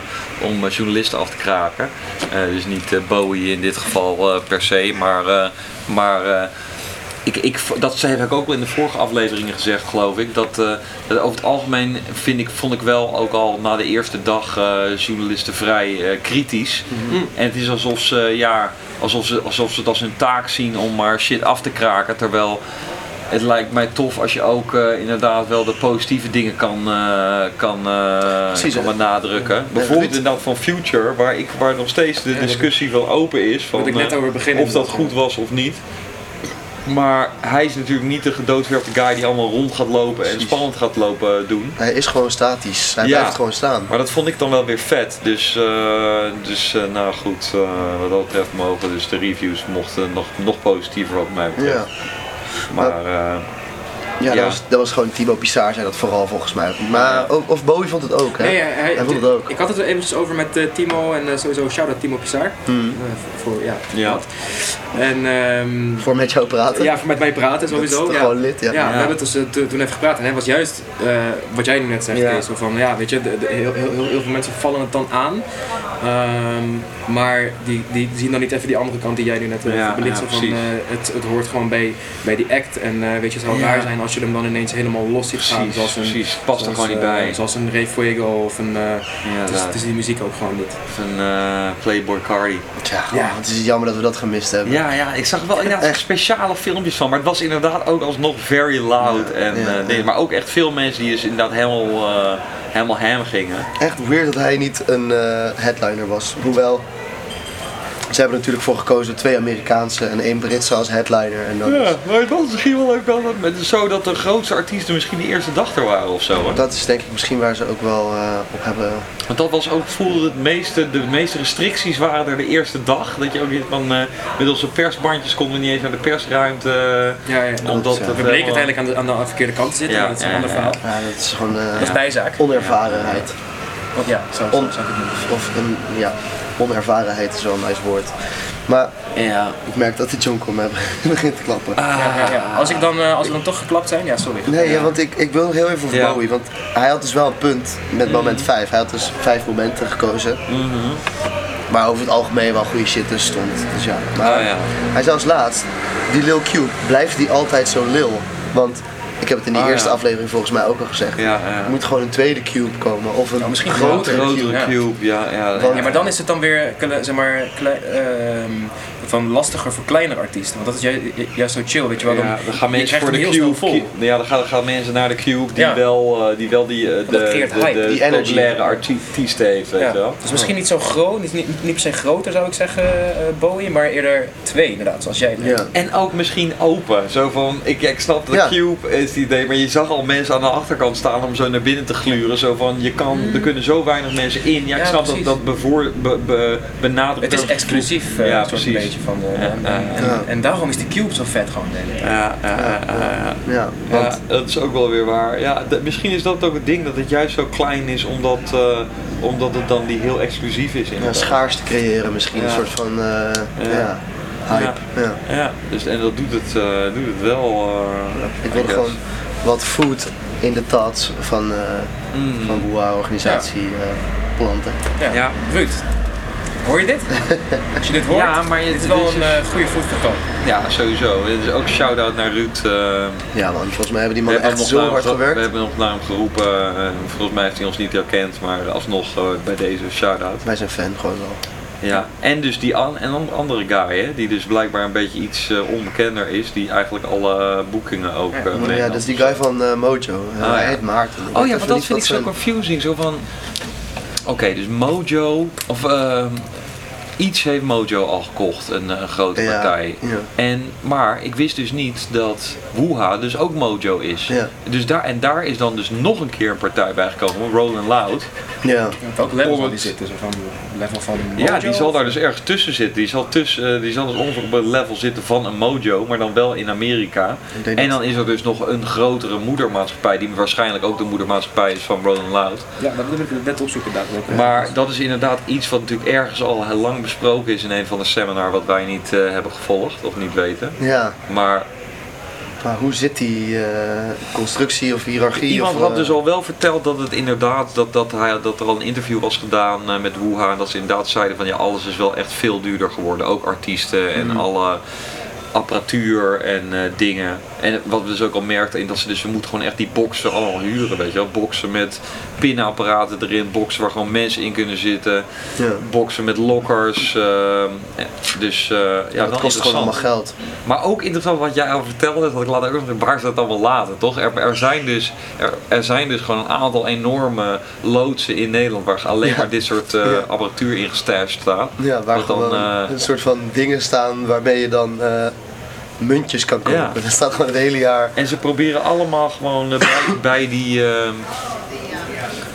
Speaker 1: om eh, journalisten af te kraken. Eh, dus niet eh, Bowie in dit geval eh, per se, maar, eh, maar eh, ik, ik, dat heb ik ook wel in de vorige afleveringen gezegd, geloof ik. Dat, eh, dat over het algemeen vind ik, vond ik wel ook al na de eerste dag eh, journalisten vrij eh, kritisch.
Speaker 2: Mhm.
Speaker 1: En het is alsof ze, ja, alsof, ze, alsof ze het als hun taak zien om maar shit af te kraken. Terwijl het lijkt mij tof als je ook eh, inderdaad wel de positieve dingen kan, eh, kan, eh,
Speaker 3: Precies,
Speaker 1: kan
Speaker 3: hè?
Speaker 1: benadrukken. Bijvoorbeeld
Speaker 3: Ruud.
Speaker 1: inderdaad van Future, waar, ik, waar nog steeds de
Speaker 2: dat-
Speaker 1: discussie van open is. Van,
Speaker 2: ik net
Speaker 1: eh,
Speaker 2: over beginnen
Speaker 1: of dat
Speaker 2: inderdaad,
Speaker 1: goed was of niet. Maar hij is natuurlijk niet de gedoodverfde guy die allemaal rond gaat lopen en spannend gaat lopen eh, doen.
Speaker 3: Hij is gewoon statisch. Hij
Speaker 1: Ja.
Speaker 3: blijft gewoon staan.
Speaker 1: Maar dat vond ik dan wel weer vet. Dus, eh, dus eh, nou goed, eh, wat dat betreft mogen dus de reviews mochten nog, nog positiever wat mij betreft.
Speaker 3: Ja,
Speaker 1: Maar eh,
Speaker 3: ja,
Speaker 1: Ja.
Speaker 3: Dat, was, dat was gewoon Timo Pissar zei dat vooral volgens mij. Maar, ook- of Bowie vond het ook, hè?
Speaker 2: Nee, hij, hij-
Speaker 3: Hij vond het ook.
Speaker 2: Ik had het er eventjes over met eh, Timo en eh, sowieso shout-out Timo Pizar.
Speaker 3: Hmm.
Speaker 2: voor, ja,
Speaker 1: Ja.
Speaker 2: dat. En ehm,
Speaker 3: Voor met jou praten.
Speaker 2: ja, voor met mij praten
Speaker 3: dat is
Speaker 2: sowieso.
Speaker 3: toch
Speaker 2: ja.
Speaker 3: gewoon lid, ja.
Speaker 2: Ja, we hebben het dus, eh, to- toen even gepraat en hij was juist eh, wat jij nu net zegt,
Speaker 1: Ja.
Speaker 2: Kees, zo van ja, weet je, de- de- heel, heel, heel, heel veel mensen vallen het dan aan, Ehm, maar die, die zien dan niet even die andere kant die jij nu net eh,
Speaker 1: Ja,
Speaker 2: belicht,
Speaker 1: ja,
Speaker 2: zo van
Speaker 1: precies.
Speaker 2: eh, het, het hoort gewoon bij, bij die act en eh, weet je, het zou
Speaker 4: Ja.
Speaker 2: raar zijn als je hem dan ineens helemaal los ziet gaan,
Speaker 1: precies,
Speaker 2: zoals een,
Speaker 1: precies, past er
Speaker 2: zoals,
Speaker 1: gewoon niet
Speaker 2: eh,
Speaker 1: bij.
Speaker 2: Zoals een Ray Fuego of een, eh,
Speaker 1: Ja,
Speaker 2: het, is, het
Speaker 1: inderdaad.
Speaker 2: is die muziek ook gewoon niet.
Speaker 1: Of een eh, Playboy Cardi.
Speaker 3: Tja, ja. het is jammer dat we dat gemist hebben.
Speaker 1: Ja, ja, ik zag er wel inderdaad
Speaker 3: Echt.
Speaker 1: speciale filmpjes van, maar het was inderdaad ook alsnog very loud. En,
Speaker 3: ja,
Speaker 1: eh,
Speaker 3: ja.
Speaker 1: dingen. maar ook echt veel mensen die dus inderdaad helemaal, eh, helemaal ham gingen.
Speaker 3: Echt weird dat hij niet een eh, headliner was. Hoewel, ze hebben er natuurlijk voor gekozen twee Amerikaanse en één Britse als headliner. En dat, is,
Speaker 1: Ja, maar het was misschien wel ook wel dat- met- zo dat de grootste artiesten misschien de eerste dag er waren of zo. Hè?
Speaker 3: dat is denk ik misschien waar ze ook wel eh, op hebben.
Speaker 1: Want dat was ook voelde het meeste, de meeste restricties waren er de eerste dag. Dat je ook niet van eh, met onze persbandjes konden we niet eens naar de persruimte. eh,
Speaker 2: Ja, ja.
Speaker 1: omdat
Speaker 3: ja.
Speaker 1: het
Speaker 2: We
Speaker 1: helemaal-
Speaker 2: bleken uiteindelijk aan de, aan de verkeerde kant te zitten,
Speaker 1: Ja,
Speaker 2: maar dat is een
Speaker 1: ja,
Speaker 2: ander
Speaker 1: ja.
Speaker 2: verhaal.
Speaker 3: Ja, dat is gewoon eh,
Speaker 4: Dat is bijzaak.
Speaker 3: onervarenheid.
Speaker 4: Want ja, zo
Speaker 3: On-
Speaker 4: zo zou ik het noemen.
Speaker 3: Of een, ja, onervarenheid is wel een nice woord. Maar
Speaker 1: Ja.
Speaker 3: ik merk dat de jonkel me [laughs] begint te klappen.
Speaker 4: Ja, ja, ja. Als, ik dan, eh, als we dan toch geklapt zijn, ja, sorry.
Speaker 3: Nee, ja, want ik, ik wil nog heel even over
Speaker 1: Ja. Mhm.
Speaker 3: Bowie. Want hij had dus wel een punt met moment 5. Hij had dus vijf momenten gekozen. Maar over het algemeen wel goede shit tussen stond. Dus ja. Maar
Speaker 1: Ah, ja.
Speaker 3: hij zei als laatst, die Lil Cube, blijft die altijd zo lil? Want ik heb het in die
Speaker 1: Ah,
Speaker 3: eerste
Speaker 1: ja.
Speaker 3: aflevering volgens mij ook al gezegd.
Speaker 1: Ja,
Speaker 3: Er moet gewoon een tweede cube komen. Of een
Speaker 4: Ja, Nou, misschien
Speaker 3: grotere
Speaker 4: groter.
Speaker 1: Grotere
Speaker 4: Ja.
Speaker 1: cube, ja. ja,
Speaker 3: Want-
Speaker 4: Ja, maar dan is het dan weer kle- zeg maar, kle- ehm, van lastiger voor kleinere artiesten. Want dat is ju- ju- juist zo chill, weet je wel.
Speaker 1: Ja, dan gaan
Speaker 4: je
Speaker 1: mensen
Speaker 4: krijgt
Speaker 1: voor de
Speaker 4: hem heel
Speaker 1: cube.
Speaker 4: snel vol.
Speaker 1: cube- ja, dan gaan, dan gaan mensen naar de cube die
Speaker 4: Ja.
Speaker 1: wel eh, die, wel die eh, de,
Speaker 4: dat creëert
Speaker 1: de,
Speaker 4: hype,
Speaker 1: de
Speaker 3: die energy.
Speaker 1: populaire artiest heeft, weet
Speaker 4: Ja.
Speaker 1: je wel.
Speaker 4: Dus misschien niet zo groot, niet, niet, niet per se groter zou ik zeggen, eh, Bowie, maar eerder twee inderdaad, zoals jij.
Speaker 3: Ja.
Speaker 1: En ook misschien open. Zo van, ik, ik snap de
Speaker 3: Ja.
Speaker 1: Cube is het idee, maar je zag al mensen aan de achterkant staan om zo naar binnen te gluren. Zo van, je kan,
Speaker 3: Mm.
Speaker 1: er kunnen zo weinig mensen in. Ja, ik
Speaker 4: Ja,
Speaker 1: snap
Speaker 4: precies.
Speaker 1: dat dat bevoor, be, be, benadrukt
Speaker 4: Het is
Speaker 1: wordt.
Speaker 4: exclusief, eh
Speaker 1: Ja,
Speaker 4: soort een
Speaker 1: precies.
Speaker 4: beetje van. eh, en, en,
Speaker 3: ja.
Speaker 4: en daarom is de Cube zo vet gewoon. de hele tijd.
Speaker 1: Ja, ja, ja, ja, ja.
Speaker 3: Ja,
Speaker 1: Ja,
Speaker 3: want
Speaker 1: dat is ook wel weer waar. Ja, d- misschien is dat ook het ding, dat het juist zo klein is, omdat, eh, omdat het dan die heel exclusief is.
Speaker 3: ja,
Speaker 1: inderdaad.
Speaker 3: schaars te creëren misschien. Een
Speaker 1: Ja.
Speaker 3: soort van, eh, ja. hype. Ja.
Speaker 1: Ja, dus, en dat doet het, eh, doet het wel. eh,
Speaker 3: Ik
Speaker 1: I
Speaker 3: wil
Speaker 1: guess.
Speaker 3: gewoon wat food in de tats van, eh
Speaker 1: Mm.
Speaker 3: van Boa-organisatie eh, planten.
Speaker 4: Ja.
Speaker 1: Ja.
Speaker 4: Ruud, hoor
Speaker 3: [laughs]
Speaker 4: je dit? Als je dit hoort,
Speaker 1: Ja, maar je-
Speaker 4: dit is wel
Speaker 1: dit
Speaker 4: een
Speaker 1: is-
Speaker 4: eh, goede voet voor Toon.
Speaker 1: Ja, sowieso. Dit is ook shout-out naar Ruud. eh,
Speaker 3: Ja man, volgens mij hebben die
Speaker 1: We
Speaker 3: mannen
Speaker 1: hebben,
Speaker 3: echt
Speaker 1: nog
Speaker 3: zo
Speaker 1: naar hem
Speaker 3: hard
Speaker 1: gero- we
Speaker 3: gewerkt.
Speaker 1: hebben nog naar hem geroepen. eh, volgens mij heeft hij ons niet herkend, maar alsnog eh, bij deze shout-out.
Speaker 3: Wij zijn fan gewoon wel.
Speaker 1: Ja. En dus die an en dan andere guy, hè, die dus blijkbaar een beetje iets eh, onbekender is, die eigenlijk alle boekingen ook eh,
Speaker 3: Maar
Speaker 1: mee
Speaker 3: ja,
Speaker 1: had.
Speaker 3: dat is die guy van eh, Mojo. Eh,
Speaker 1: Ah,
Speaker 3: hij
Speaker 1: ja.
Speaker 3: heet Maarten.
Speaker 1: Oh
Speaker 3: weet
Speaker 1: ja,
Speaker 3: even
Speaker 1: want dat
Speaker 3: niet
Speaker 1: vind ik zo
Speaker 3: wat zijn-
Speaker 1: confusing. Zo van, oké, dus Mojo, of ehm, iets heeft Mojo al gekocht, een, eh, grote
Speaker 3: Ja,
Speaker 1: partij.
Speaker 3: ja.
Speaker 1: En, maar ik wist dus niet dat Wuha dus ook Mojo is.
Speaker 3: Ja.
Speaker 1: Dus daar, en daar is dan dus nog een keer een partij bijgekomen, Rolling Loud.
Speaker 3: Ja.
Speaker 4: Welk level zal die
Speaker 1: het-
Speaker 4: zitten? Zo van level van
Speaker 1: Ja, die
Speaker 4: Mojo?
Speaker 1: zal daar dus ergens tussen zitten. Die zal, tussen, eh, die zal dus ongeveer op het level zitten van een Mojo, maar dan wel in Amerika.
Speaker 3: Ik denk
Speaker 1: En
Speaker 3: dat-
Speaker 1: dan is er dus nog een grotere moedermaatschappij, die waarschijnlijk ook de moedermaatschappij is van Rolling Loud.
Speaker 4: Ja, dat wil ik net opzoeken daar. welke-
Speaker 1: Maar dat is inderdaad iets wat natuurlijk ergens al heel lang besproken is in een van de seminar wat wij niet eh, hebben gevolgd of niet weten.
Speaker 3: ja,
Speaker 1: Maar
Speaker 3: maar hoe zit die eh, constructie of hiërarchie?
Speaker 1: iemand
Speaker 3: of,
Speaker 1: had
Speaker 3: eh,
Speaker 1: dus al wel verteld dat het inderdaad, dat, dat, hij, dat er al een interview was gedaan eh, met Wuha en dat ze inderdaad zeiden van ja alles is wel echt veel duurder geworden, ook artiesten en
Speaker 3: Mhm.
Speaker 1: alle apparatuur en eh, dingen. En wat we dus ook al merkten, in dat ze dus we moeten gewoon echt die boxen allemaal huren, weet je wel. Boxen met pinapparaten erin, boxen waar gewoon mensen in kunnen zitten.
Speaker 3: Ja.
Speaker 1: boksen met lockers. ehm, eh, dus eh, ja,
Speaker 3: Ja, dat
Speaker 1: wel
Speaker 3: kost gewoon allemaal
Speaker 1: interessant.
Speaker 3: geld.
Speaker 1: Maar ook interessant wat jij al vertelde, dat ik laat ook nog waar is dat allemaal later, toch? Er, er, zijn dus, er, er zijn dus gewoon een aantal enorme loodsen in Nederland waar alleen maar dit soort eh,
Speaker 3: Ja.
Speaker 1: apparatuur in gestashed staat.
Speaker 3: Ja, waar
Speaker 1: Wat dan,
Speaker 3: gewoon
Speaker 1: eh,
Speaker 3: een soort van dingen staan waarmee je dan eh, muntjes kan kopen.
Speaker 1: Ja.
Speaker 3: Dat staat gewoon het hele jaar.
Speaker 1: En ze proberen allemaal gewoon eh, bij, [coughs] bij die, eh,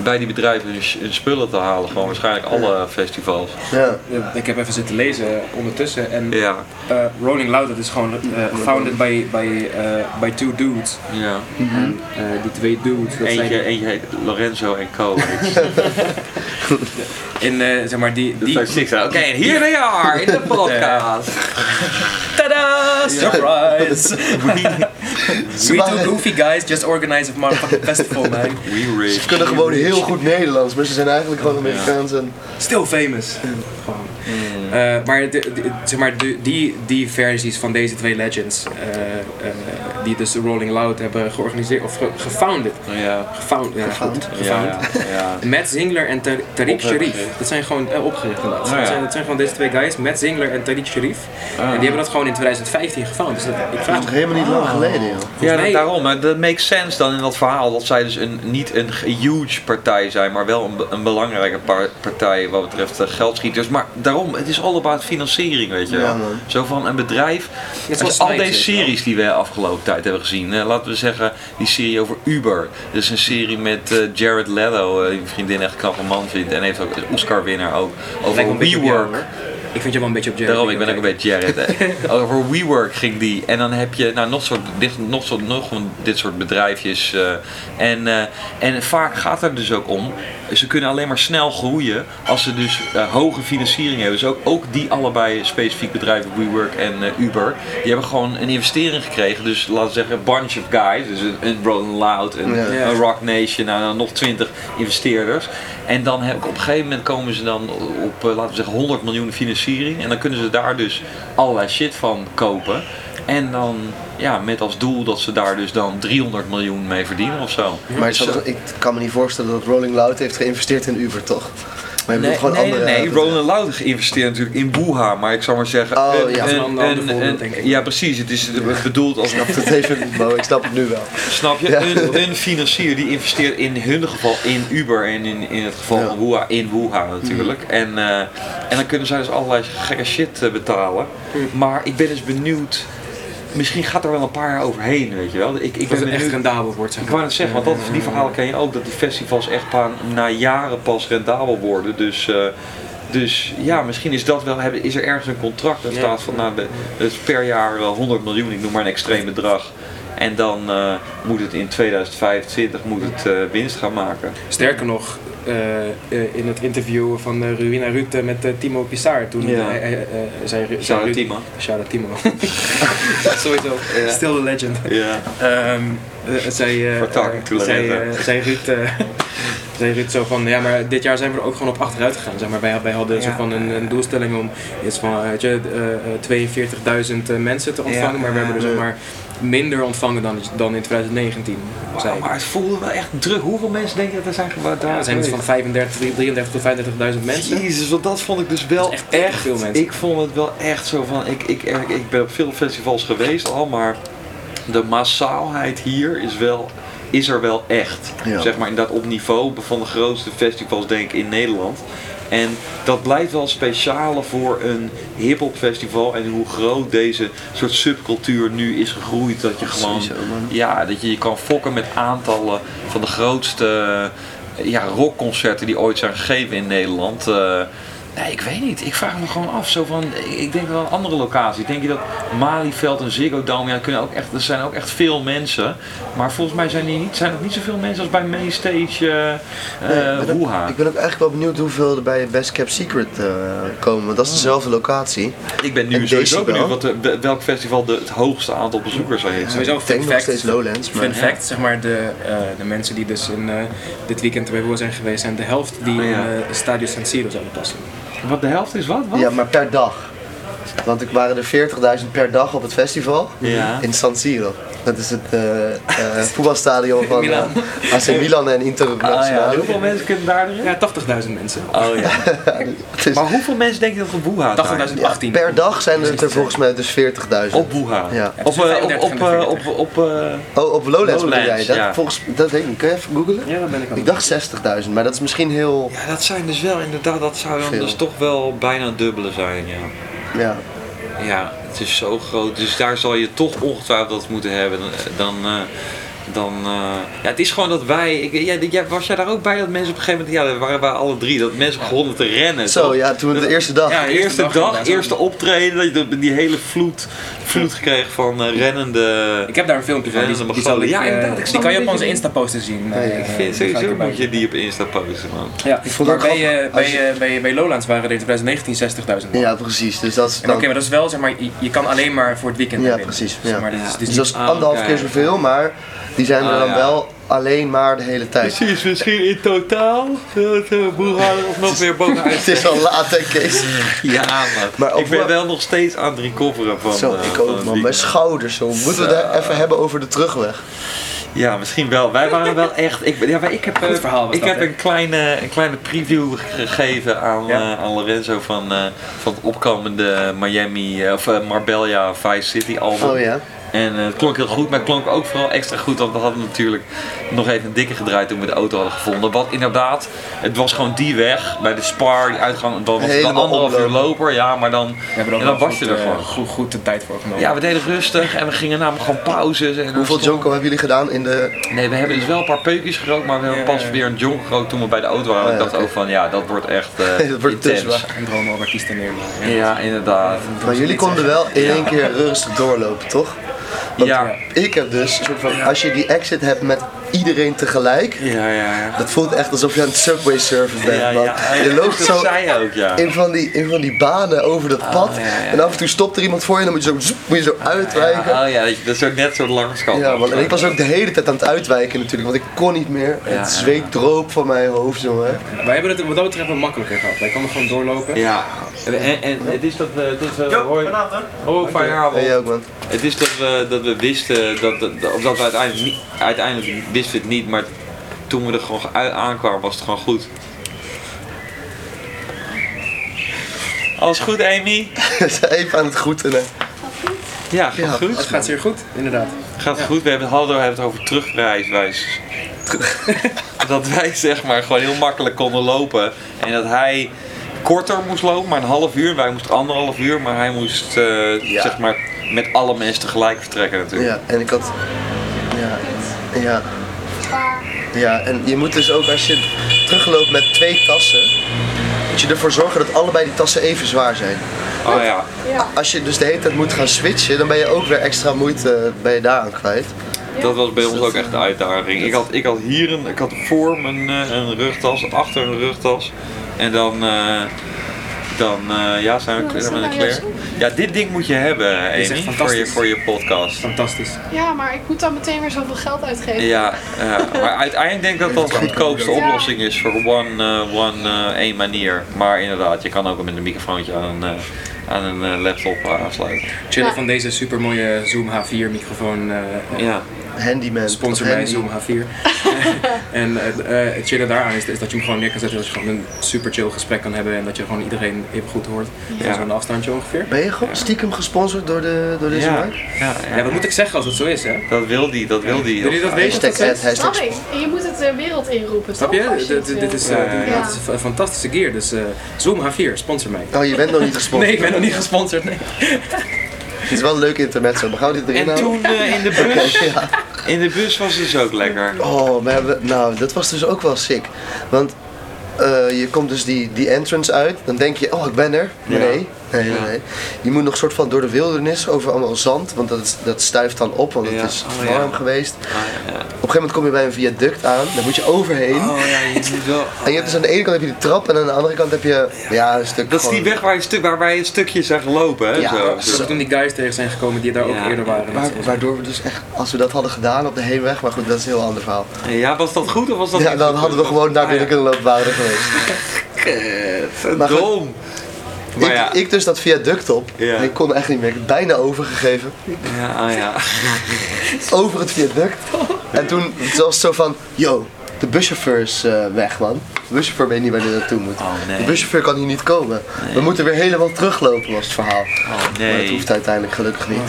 Speaker 1: bij die bedrijven hun, s- hun spullen te halen. Gewoon waarschijnlijk alle festivals.
Speaker 3: Ja.
Speaker 2: Ik heb even zitten lezen ondertussen en
Speaker 1: Ja,
Speaker 2: eh, Rolling Loud, dat is gewoon eh, founded by, by, eh, by two dudes.
Speaker 1: ja.
Speaker 5: Eh, die twee dudes, dat zijn
Speaker 1: Eentje, eentje heet Lorenzo en Co.
Speaker 2: In, eh, zeg maar, die... die
Speaker 1: Dat is Oké, en hier they are [laughs] in de podcast.
Speaker 2: Tada! Ah,
Speaker 1: [laughs]
Speaker 2: Surprise!
Speaker 3: Ze,
Speaker 2: [laughs] We
Speaker 3: waren-
Speaker 2: too goofy guys, just organize a motherfucking festival man.
Speaker 1: We rich.
Speaker 3: ze kunnen gewoon heel goed Nederlands, maar ze zijn eigenlijk gewoon Amerikaans. En,
Speaker 2: Still famous. Gewoon. Eh, maar de, de- zeg maar de- die, die versies van deze twee legends, eh, eh, die dus Rolling Loud hebben georganiseerd, of ge- gefounded.
Speaker 1: Ja.
Speaker 2: Gefound, ja, goed,
Speaker 1: Ja,
Speaker 2: gefound.
Speaker 1: ja, ja.
Speaker 2: Matt Zingler en Tar- Tariq
Speaker 1: Opgericht. Nou
Speaker 2: Sharif. Dat zijn gewoon eh, opgericht inderdaad.
Speaker 1: ja. Ah.
Speaker 2: dat, zijn, dat zijn gewoon deze twee guys, Matt Zingler en Tariq Sharif. En die hebben dat gewoon in 2015 gefound. Dus dat, ik vraag
Speaker 3: nog helemaal niet lang geleden, joh.
Speaker 1: Ja,
Speaker 2: mij-
Speaker 1: daarom. Maar dat makes sense dan in dat verhaal dat zij dus een, niet een g- huge partij zijn, maar wel een, be- een belangrijke par- partij wat betreft eh, geldschieters. Maar daarom, het is all about financiering, weet je
Speaker 3: Ja,
Speaker 1: wel.
Speaker 3: man.
Speaker 1: Zo van een bedrijf.
Speaker 2: zoals
Speaker 1: Dus al
Speaker 2: Snipes,
Speaker 1: deze
Speaker 2: weet je wel.
Speaker 1: series die we afgelopen tijd hebben gezien. eh, laten we zeggen, die serie over Uber. Dat is een serie met eh, Jared Leto, eh, die mijn vriendin echt een knappe man vindt. En heeft ook een Oscar-winnaar ook.
Speaker 2: Lijkt
Speaker 1: Over
Speaker 2: wel een beetje op jou,
Speaker 1: WeWork.
Speaker 2: hoor. Ik vind je wel een beetje op Jerry.
Speaker 1: Daarom, ik ben ook een beetje Jared. hè. Over WeWork ging die. En dan heb je nou, nog, soort, dit, nog, soort, nog een- dit soort bedrijfjes. eh, en, eh, en vaak gaat het er dus ook om. Ze kunnen alleen maar snel groeien als ze dus eh, hoge financiering hebben. Dus ook, ook die allebei specifiek bedrijven, WeWork en eh, Uber, die hebben gewoon een investering gekregen. Dus laten we zeggen, een bunch of guys. Dus een, een Rolling Loud, een,
Speaker 3: Ja.
Speaker 1: een Rock Nation, nou, dan nog 20 investeerders. En dan heb ik op een gegeven moment komen ze dan op, eh, laten we zeggen, 100 miljoen financiering. En dan kunnen ze daar dus allerlei shit van kopen. En dan ja, met als doel dat ze daar dus dan 300 miljoen mee verdienen of zo.
Speaker 3: Maar het
Speaker 1: Dus,
Speaker 3: zal-
Speaker 1: eh,
Speaker 3: ik kan me niet voorstellen dat Rolling Loud heeft geïnvesteerd in Uber, toch? Maar je
Speaker 1: Nee,
Speaker 3: bedoelt gewoon
Speaker 1: nee,
Speaker 3: andere...
Speaker 1: nee, nee.
Speaker 3: [laughs]
Speaker 1: Roland Loud geïnvesteerd natuurlijk in Boeha, maar ik zou maar zeggen...
Speaker 3: Oh, ja.
Speaker 2: Een ander voorbeeld, denk ik.
Speaker 1: ja, precies. Het is bedoeld als een
Speaker 3: Dat heeft het niet, Bo, ik snap het nu wel.
Speaker 1: Snap je? Een, een financier die investeert in hun geval in Uber en in, in het geval
Speaker 3: Ja.
Speaker 1: van Wuha in Wuha natuurlijk.
Speaker 2: Mhm.
Speaker 1: En, eh, en dan kunnen zij dus allerlei gekke shit eh, betalen.
Speaker 2: Mhm.
Speaker 1: Maar ik ben dus benieuwd, misschien gaat er wel een paar jaar overheen, weet je wel. Ik, ik
Speaker 2: Dat
Speaker 1: ben
Speaker 2: het echt
Speaker 1: benieuwd.
Speaker 2: rendabel wordt, zeg
Speaker 1: Ik
Speaker 2: maar.
Speaker 1: wou net zeggen, want dat, die verhalen ken je ook, dat die festivals echt pa- na jaren pas rendabel worden. Dus, eh, dus ja, misschien is dat wel, hebben- is er ergens een contract dat
Speaker 2: Ja.
Speaker 1: staat van nou, de- het is per jaar wel 100 miljoen, ik noem maar een extreem bedrag. En dan eh, moet het in 2025 moet het, eh, winst gaan maken.
Speaker 2: Sterker nog, eh, eh, in het interview van eh, Ruina Rutte met eh, Timo Pissar, toen
Speaker 1: Ja.
Speaker 2: eh, eh, eh, zei, Ru- zei
Speaker 1: Zou
Speaker 2: Ruud-
Speaker 1: het team,
Speaker 2: Shout-out Timo. [laughs] Sowieso. Still the legend.
Speaker 1: Ja.
Speaker 2: Ehm eh, zei, eh,
Speaker 1: For talking to
Speaker 2: eh, zei,
Speaker 1: Loretta.
Speaker 2: eh, zei Ruud, eh, zei Ruud zo van, ja maar dit jaar zijn we er ook gewoon op achteruit gegaan. Zeg maar, wij, wij hadden zo van een, een doelstelling om iets van weet je, eh, eh, 42.000 eh, mensen te ontvangen, maar we hebben er zeg maar minder ontvangen dan, dan in 2019. Zei. ik.
Speaker 1: Maar het voelde wel echt druk. Hoeveel mensen denk je dat er zijn gewaard?
Speaker 2: Ja, er zijn iets van 35, 33 tot 35.000 mensen.
Speaker 1: Jezus, want dat vond ik dus wel
Speaker 2: Dat is
Speaker 1: echt,
Speaker 2: echt tering veel mensen.
Speaker 1: Ik vond het wel echt zo van. Ik, ik, ik, ik ben op veel festivals geweest al, maar de massaalheid hier is wel. Is er wel echt.
Speaker 3: Ja.
Speaker 1: Zeg maar inderdaad op niveau van de grootste festivals, denk ik, in Nederland. En dat blijft wel speciaal voor een hip-hop festival. En hoe groot deze soort subcultuur nu is gegroeid. Dat je gewoon.
Speaker 3: sowieso, man.
Speaker 1: Ja, dat je je kan fokken met aantallen van de grootste eh, ja, rockconcerten die ooit zijn gegeven in Nederland. Eh, nee, ik weet niet. Ik vraag me gewoon af. Zo van, ik- ik denk wel een andere locatie. Denk je dat Malieveld en Ziggo Dome, ja, kunnen ook echt, er zijn ook echt veel mensen. Maar volgens mij zijn, die niet, zijn er niet zoveel mensen als bij Mainstage eh eh,
Speaker 3: ik, ben ook,
Speaker 1: Wuha.
Speaker 3: ik ben ook eigenlijk wel benieuwd hoeveel er bij Best Kept Secret eh, komen. Want dat is dezelfde locatie.
Speaker 1: Ik ben nu
Speaker 3: en
Speaker 1: sowieso
Speaker 3: Decibel?
Speaker 1: benieuwd wat de- wel- welk festival de, het hoogste aantal bezoekers heeft.
Speaker 2: Sowieso
Speaker 3: Ik denk
Speaker 2: fun
Speaker 3: nog
Speaker 2: fact.
Speaker 3: steeds Lowlands, maar
Speaker 2: Fun fact, zeg maar, de, eh, de mensen die dus in, eh, dit weekend bij Woe zijn geweest, zijn de helft die
Speaker 1: Oh, ja.
Speaker 2: in eh Stadio San Siro zouden passen.
Speaker 1: Wat de helft is wat? wat?
Speaker 3: Ja, maar per dag. Want er waren er 40.000 per dag op het festival
Speaker 1: Ja.
Speaker 3: in San Siro. Dat is het eh, eh, voetbalstadion van
Speaker 2: Milan.
Speaker 3: eh, AC Milan en Internationale.
Speaker 1: Ah, Hoeveel mensen kunnen daar erin?
Speaker 2: Ja, 80.000 mensen.
Speaker 4: Ah,
Speaker 1: Oh ja.
Speaker 3: [laughs] Het is-
Speaker 1: Maar hoeveel mensen denk je dat er op Wuha zijn?
Speaker 2: 80.000
Speaker 3: ja,
Speaker 2: 18.
Speaker 3: per dag zijn het er volgens mij dus 40.000.
Speaker 1: Op Boeha.
Speaker 3: Ja.
Speaker 1: Op, eh, op, op, eh, op, op, eh,
Speaker 3: Oh, op Lowlands bedoel jij
Speaker 1: Lowlands,
Speaker 3: dat?
Speaker 1: ja.
Speaker 3: Volgens, dat weet ik niet. Kun je even googlen?
Speaker 2: Ja, dat ben ik al.
Speaker 3: Ik dacht 60.000, maar dat is misschien heel...
Speaker 1: ja, dat zijn dus wel inderdaad, dat zou dan
Speaker 3: Veel.
Speaker 1: dus toch wel bijna het dubbele zijn. Ja.
Speaker 3: Ja.
Speaker 1: ja, het is zo groot. Dus daar zal je toch ongetwijfeld dat moeten hebben. Dan, eh, dan, eh, ja, het is gewoon dat wij. Ik, ja, ja, was jij daar ook bij dat mensen op een gegeven moment. Ja, daar waren wij alle drie. Dat mensen begonnen te rennen.
Speaker 3: Zo,
Speaker 1: toch?
Speaker 3: ja, toen de
Speaker 1: Dat-
Speaker 3: eerste dag.
Speaker 1: Ja, eerste
Speaker 4: dag
Speaker 1: dag,
Speaker 4: inderdaad.
Speaker 1: eerste optreden. Dat je dat- die hele vloed, vloed gekregen van eh, rennende.
Speaker 4: Ik heb daar een filmpje van.
Speaker 1: Ja,
Speaker 4: Die,
Speaker 1: dat
Speaker 4: die,
Speaker 1: mag
Speaker 4: zal
Speaker 1: wel.
Speaker 4: ik,
Speaker 1: Ja,
Speaker 4: eh,
Speaker 1: inderdaad, ik
Speaker 4: die
Speaker 1: snap
Speaker 4: kan je
Speaker 1: het
Speaker 4: op onze
Speaker 1: niet.
Speaker 4: Insta-poster zien. eh,
Speaker 3: Ja, ja.
Speaker 4: eh,
Speaker 1: Vind-
Speaker 4: die ga ik
Speaker 1: Sowieso
Speaker 4: erbij
Speaker 1: moet je die op Insta posten, man.
Speaker 4: Ja,
Speaker 3: vond
Speaker 4: maar
Speaker 3: ook
Speaker 4: bij,
Speaker 3: grappig,
Speaker 4: eh,
Speaker 3: als
Speaker 4: bij, eh, bij, bij Lowlands waren er in 2019 60.000 man.
Speaker 3: Ja, precies. Dus dat is
Speaker 4: En Oké,
Speaker 3: dan-
Speaker 4: maar dat is wel, zeg maar, je, je kan alleen maar voor het weekend
Speaker 3: Ja,
Speaker 4: naar binnen.
Speaker 3: precies,
Speaker 4: Zeg
Speaker 3: ja.
Speaker 4: maar, dit is- dit is niet-
Speaker 3: Dus dat is
Speaker 1: Ah,
Speaker 3: anderhalf
Speaker 1: oké.
Speaker 3: keer zoveel, maar die zijn er
Speaker 1: Ah,
Speaker 3: dan
Speaker 1: ja.
Speaker 3: wel alleen maar de hele tijd.
Speaker 1: Precies, misschien in totaal. Dat uh, boerhalen of nog weer bovenuit.
Speaker 3: Het is al laat, hè, Kees?
Speaker 1: [laughs] Ja, man.
Speaker 3: Maar
Speaker 1: ik
Speaker 3: over-
Speaker 1: ben wel nog steeds aan het recoveren van.
Speaker 3: Zo,
Speaker 1: eh,
Speaker 3: ik
Speaker 1: van
Speaker 3: ook,
Speaker 1: het
Speaker 3: man. Mijn
Speaker 1: weekend.
Speaker 3: schouders, zo. Moeten we het even hebben over de terugweg?
Speaker 1: Ja, misschien wel. Wij waren wel echt. Ik, ben- ja, maar ik heb, eh,
Speaker 4: Goed verhaal was
Speaker 1: ik
Speaker 4: dat,
Speaker 1: heb
Speaker 4: hè?
Speaker 1: een, kleine, een kleine preview gegeven aan,
Speaker 4: Ja.
Speaker 1: eh, aan Lorenzo van, eh, van het opkomende Miami eh, of eh, Marbella Vice City album.
Speaker 3: Oh ja.
Speaker 1: En eh, het klonk heel goed, maar het klonk ook vooral extra goed, want we hadden natuurlijk nog even een dikke gedraaid toen we de auto hadden gevonden. Wat inderdaad, het was gewoon die weg bij de Spar, die uitgang, dan was het een
Speaker 3: Helemaal
Speaker 1: anderhalf uur
Speaker 3: omlopen.
Speaker 1: loper, ja, maar dan,
Speaker 4: We
Speaker 1: en
Speaker 4: hebben er ook
Speaker 1: dan
Speaker 4: wel
Speaker 1: was je
Speaker 4: goed,
Speaker 1: er
Speaker 4: eh,
Speaker 1: gewoon.
Speaker 4: Goed, goed de tijd voor genomen.
Speaker 1: Ja, we deden rustig en we gingen namelijk gewoon pauzes. En
Speaker 3: Hoeveel
Speaker 1: dan-
Speaker 3: jonko hebben jullie gedaan in de...
Speaker 1: Nee, we hebben dus wel een paar peukjes gerookt, maar we hebben
Speaker 4: Ja,
Speaker 1: pas
Speaker 4: ja.
Speaker 1: weer een jonk gerookt toen we bij de auto waren.
Speaker 3: Oh,
Speaker 1: ik
Speaker 3: ja,
Speaker 1: dacht
Speaker 3: oké.
Speaker 1: ook van, ja, dat wordt
Speaker 3: [laughs]
Speaker 1: echt eh
Speaker 3: Dat wordt dus
Speaker 1: intens.
Speaker 3: te zwaar.
Speaker 4: En dromen over artiesten neerleggen.
Speaker 1: Ja, inderdaad.
Speaker 3: Maar jullie
Speaker 4: eh,
Speaker 3: konden wel in één keer rustig doorlopen, toch? Want
Speaker 1: Ja.
Speaker 3: ik heb dus, een soort van, als je die exit hebt met iedereen tegelijk,
Speaker 1: Ja, ja, ja.
Speaker 3: dat voelt echt alsof je aan het subway surfen bent,
Speaker 1: Ja,
Speaker 3: man.
Speaker 1: ja, ja,
Speaker 3: Eh, Je loopt
Speaker 1: dat
Speaker 3: zo
Speaker 1: zei je ook, ja.
Speaker 3: in van die, in van die banen over dat pad
Speaker 1: ja, ja.
Speaker 3: en af en toe stopt er iemand voor je en dan moet je zo, zoep, moet je zo uitwijken.
Speaker 1: Ja, oh ja, dat je- dat is ook net zo langs kan.
Speaker 3: Ja, man. En ik was ook de hele tijd aan het uitwijken natuurlijk, want ik kon niet meer.
Speaker 1: ja,
Speaker 3: Het zweet droop van mijn hoofd, jongen.
Speaker 4: Wij hebben het wat dat betreft wel makkelijker gehad. Wij konden gewoon doorlopen.
Speaker 1: Ja, en, en, en het is dat we... Het is, eh, hoi. Hoi, vanavond.
Speaker 3: En jij ook, man. [laughs]
Speaker 1: Het is dat we, dat we wisten, dat, dat, dat- of dat we uiteindelijk, niet, uiteindelijk wisten we het niet, maar toen we er gewoon ui- aankwamen was het gewoon goed. Alles goed, Amy?
Speaker 3: We zijn even aan het groeten. hè.
Speaker 1: Ja, gaat
Speaker 3: Ja,
Speaker 1: goed.
Speaker 4: Het gaat zeer goed, inderdaad.
Speaker 1: Gaat goed. We hebben, Haldo heeft het over [laughs] terugreiswijs. dat wij zeg maar gewoon heel makkelijk konden lopen. En dat hij korter moest lopen, maar een half uur. Wij moesten anderhalf uur, maar hij moest eh,
Speaker 3: Ja.
Speaker 1: zeg maar met alle mensen tegelijk vertrekken natuurlijk.
Speaker 3: Ja, en ik had... Ja, ja. Ja, en je moet dus ook als je terugloopt met twee tassen, moet je ervoor zorgen dat allebei die tassen even zwaar zijn.
Speaker 1: Oh ja.
Speaker 3: Als je dus de hele tijd moet gaan switchen, dan ben je ook weer extra moeite bij je daaraan kwijt.
Speaker 1: Dat was bij ons ook echt de uitdaging. Ik had, ik had hier een, ik had voor mijn eh, een rugtas, achter een rugtas. En dan, eh, dan eh, ja, zijn we
Speaker 6: Ja, dat is
Speaker 1: klaar met een
Speaker 6: wel
Speaker 1: clear. Ja, dit ding moet je hebben,
Speaker 4: is
Speaker 1: Amy,
Speaker 4: echt
Speaker 1: voor je,
Speaker 4: fantastisch.
Speaker 1: voor je podcast.
Speaker 4: Fantastisch.
Speaker 6: Ja, maar ik moet dan meteen weer zoveel geld uitgeven.
Speaker 1: Ja, ja, maar uiteindelijk denk ik dat dat de goedkoopste oplossing is voor one, eh, one, eh, één manier. Maar inderdaad, je kan ook met een microfoontje aan een, eh, aan een eh, laptop aansluiten.
Speaker 4: Chillen
Speaker 6: Ja.
Speaker 4: van deze supermooie Zoom H4 microfoon. eh,
Speaker 1: Ja,
Speaker 3: Handyman.
Speaker 4: Sponsor
Speaker 3: toch?
Speaker 4: mij
Speaker 3: Handy.
Speaker 4: Zoom
Speaker 1: [laughs]
Speaker 4: H4. [laughs] en eh, eh, het chillen daaraan is, is dat je hem gewoon neer kan zetten. Dat je gewoon een super chill gesprek kan hebben. En dat je gewoon iedereen even goed hoort.
Speaker 1: Ja.
Speaker 4: Ja. Zo'n afstandje ongeveer.
Speaker 3: Ben je gewoon stiekem gesponsord door, de, door deze
Speaker 1: ja,
Speaker 3: markt?
Speaker 1: ja,
Speaker 4: Ja,
Speaker 1: ja.
Speaker 4: wat moet ik zeggen als het zo is, hè?
Speaker 1: Dat wil die, dat wil die.
Speaker 4: Wil je dat weten?
Speaker 3: Hashtag ad,
Speaker 6: Snap
Speaker 3: hashtag
Speaker 6: ik. En je moet het de wereld inroepen,
Speaker 4: Snap
Speaker 6: toch?
Speaker 4: je?
Speaker 6: Als
Speaker 4: Dit, dit
Speaker 6: het wil.
Speaker 4: is,
Speaker 1: Ja,
Speaker 4: eh,
Speaker 1: ja,
Speaker 6: Oh, ja.
Speaker 4: dit is een fa- fantastische gear. Dus eh, Zoom H4, sponsor mij.
Speaker 3: Oh, je bent nog niet gesponsord.
Speaker 4: Nee, ik ben nog niet gesponsord. Nee.
Speaker 3: Het is wel een leuk intermezzo, maar gaan we dit erin
Speaker 1: En
Speaker 3: houden?
Speaker 1: toen eh,
Speaker 3: [laughs]
Speaker 1: in de bus, in de bus was het dus ook lekker.
Speaker 3: Oh, we hebben, nou, dat was dus ook wel sick. Want eh, je komt dus die, die entrance uit, dan denk je, oh, ik ben er. Maar
Speaker 1: Ja.
Speaker 3: nee, nee, nee,
Speaker 1: Ja.
Speaker 3: nee. Je moet nog soort van door de wildernis, over allemaal zand, want dat, is- dat stuift dan op, want
Speaker 1: Ja.
Speaker 3: het is
Speaker 1: Oh, ja.
Speaker 3: warm geweest. Op een
Speaker 1: Ah, ja.
Speaker 3: gegeven moment kom je bij een viaduct aan, daar moet je overheen.
Speaker 1: Oh ja, je moet wel.
Speaker 3: En je hebt dus aan de ene kant heb je die trap en aan de andere kant heb je, ja, een stuk
Speaker 1: Dat is die
Speaker 3: gewoon-
Speaker 1: weg waar, je een stuk, waar wij een stukje zijn gelopen, hè?
Speaker 3: Ja,
Speaker 1: zo.
Speaker 4: Dus toen die guys tegen zijn gekomen die daar ook
Speaker 1: Ja,
Speaker 4: eerder waren.
Speaker 3: Waar- waardoor we dus echt, als we dat hadden gedaan op de heenweg, maar goed, dat is een heel ander verhaal.
Speaker 1: Ja, was dat goed of was dat
Speaker 3: Ja,
Speaker 1: niet
Speaker 3: dan
Speaker 1: goed? Ah,
Speaker 3: hadden we gewoon naar binnen kunnen lopen, waren we er geweest.
Speaker 1: Kut,
Speaker 3: Maar goed.
Speaker 1: dom. Maar
Speaker 3: Ik,
Speaker 1: ja.
Speaker 3: ik dus dat viaduct op.
Speaker 1: Ja.
Speaker 3: En ik kon echt niet meer. Ik heb het bijna overgegeven.
Speaker 1: Ja, ah, ja.
Speaker 3: Over het viaduct. En toen was het zo van, yo, de buschauffeur is eh, weg man. De buschauffeur weet niet waar hij naartoe moet.
Speaker 1: Oh, nee.
Speaker 3: De buschauffeur kan hier niet komen. We moeten weer helemaal teruglopen was het verhaal.
Speaker 1: Oh
Speaker 3: Maar dat
Speaker 1: nee. Oh,
Speaker 3: hoeft uiteindelijk gelukkig niet.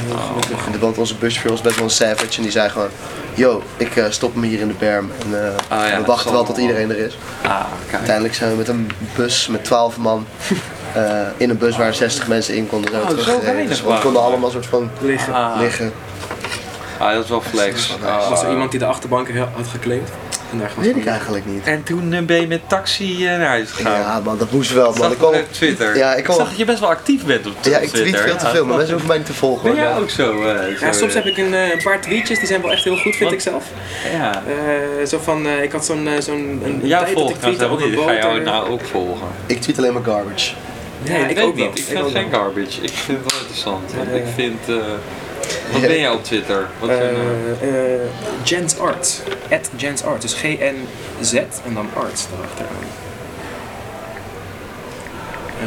Speaker 3: En de- Want onze buschauffeur was best wel een savage en die zei gewoon, yo, ik eh, stop me hier in de berm. En, eh,
Speaker 1: Ah, ja,
Speaker 3: we
Speaker 1: dat
Speaker 3: wachten
Speaker 1: zal
Speaker 3: wel tot
Speaker 1: wel.
Speaker 3: iedereen er is.
Speaker 1: Ah, kijk.
Speaker 3: Uiteindelijk zijn we met een bus met 12 man eh, in een bus waar 60 mensen in konden. Zo
Speaker 1: Oh, zo
Speaker 3: teruggereden.
Speaker 1: weinig
Speaker 3: Dus we
Speaker 1: waren
Speaker 3: konden
Speaker 1: er.
Speaker 3: allemaal soort van
Speaker 2: liggen.
Speaker 1: Ah,
Speaker 3: liggen.
Speaker 1: ah, dat is wel flex. Ah.
Speaker 2: Was er iemand die de achterbanken he- had geclaimd? En daar gewoon
Speaker 3: Weet ik eigenlijk niet.
Speaker 1: En toen eh, ben je met taxi eh, naar huis gegaan.
Speaker 3: Ja, man, dat moest wel, man.
Speaker 1: zag
Speaker 3: Ik
Speaker 1: ik
Speaker 3: kwam
Speaker 1: op Twitter.
Speaker 3: Ja, ik kwam-
Speaker 1: zag dat je best wel actief bent op Twitter.
Speaker 3: Ja, ik tweet veel te
Speaker 1: Ja,
Speaker 3: veel, maar
Speaker 1: dat-
Speaker 3: mensen hoeven mij niet te volgen.
Speaker 1: Ben
Speaker 3: hoor.
Speaker 1: jij ook zo? eh, zo,
Speaker 2: Ja, soms
Speaker 1: eh,
Speaker 2: heb ik een, eh, een paar tweetjes, die zijn wel echt heel goed, vind
Speaker 1: Wat?
Speaker 2: ik zelf.
Speaker 1: Ja.
Speaker 2: Eh, zo van, eh, ik had zo'n eh, zo'n een
Speaker 1: Jou
Speaker 2: tijd dat
Speaker 1: volgt
Speaker 2: ik
Speaker 1: trouwens
Speaker 2: tweette
Speaker 1: helemaal
Speaker 2: op een
Speaker 1: niet. Ik ga
Speaker 2: boot.
Speaker 1: jou
Speaker 2: en-
Speaker 1: nou ook volgen.
Speaker 3: Ik tweet alleen maar garbage.
Speaker 2: Nee, ik
Speaker 1: weet
Speaker 2: ook
Speaker 1: niet.
Speaker 2: wel.
Speaker 1: Ik
Speaker 2: Ik
Speaker 1: vind
Speaker 2: ook
Speaker 1: geen garbage. Ik vind het wel interessant. Want
Speaker 2: Ja,
Speaker 1: ik
Speaker 2: ja.
Speaker 1: vind... eh, wat
Speaker 3: Ja.
Speaker 1: ben jij op Twitter? Wat
Speaker 2: Eh,
Speaker 1: zijn, eh,
Speaker 2: eh, Jens Art. At Jens Art. Dus G-N-Z en dan Art erachteraan.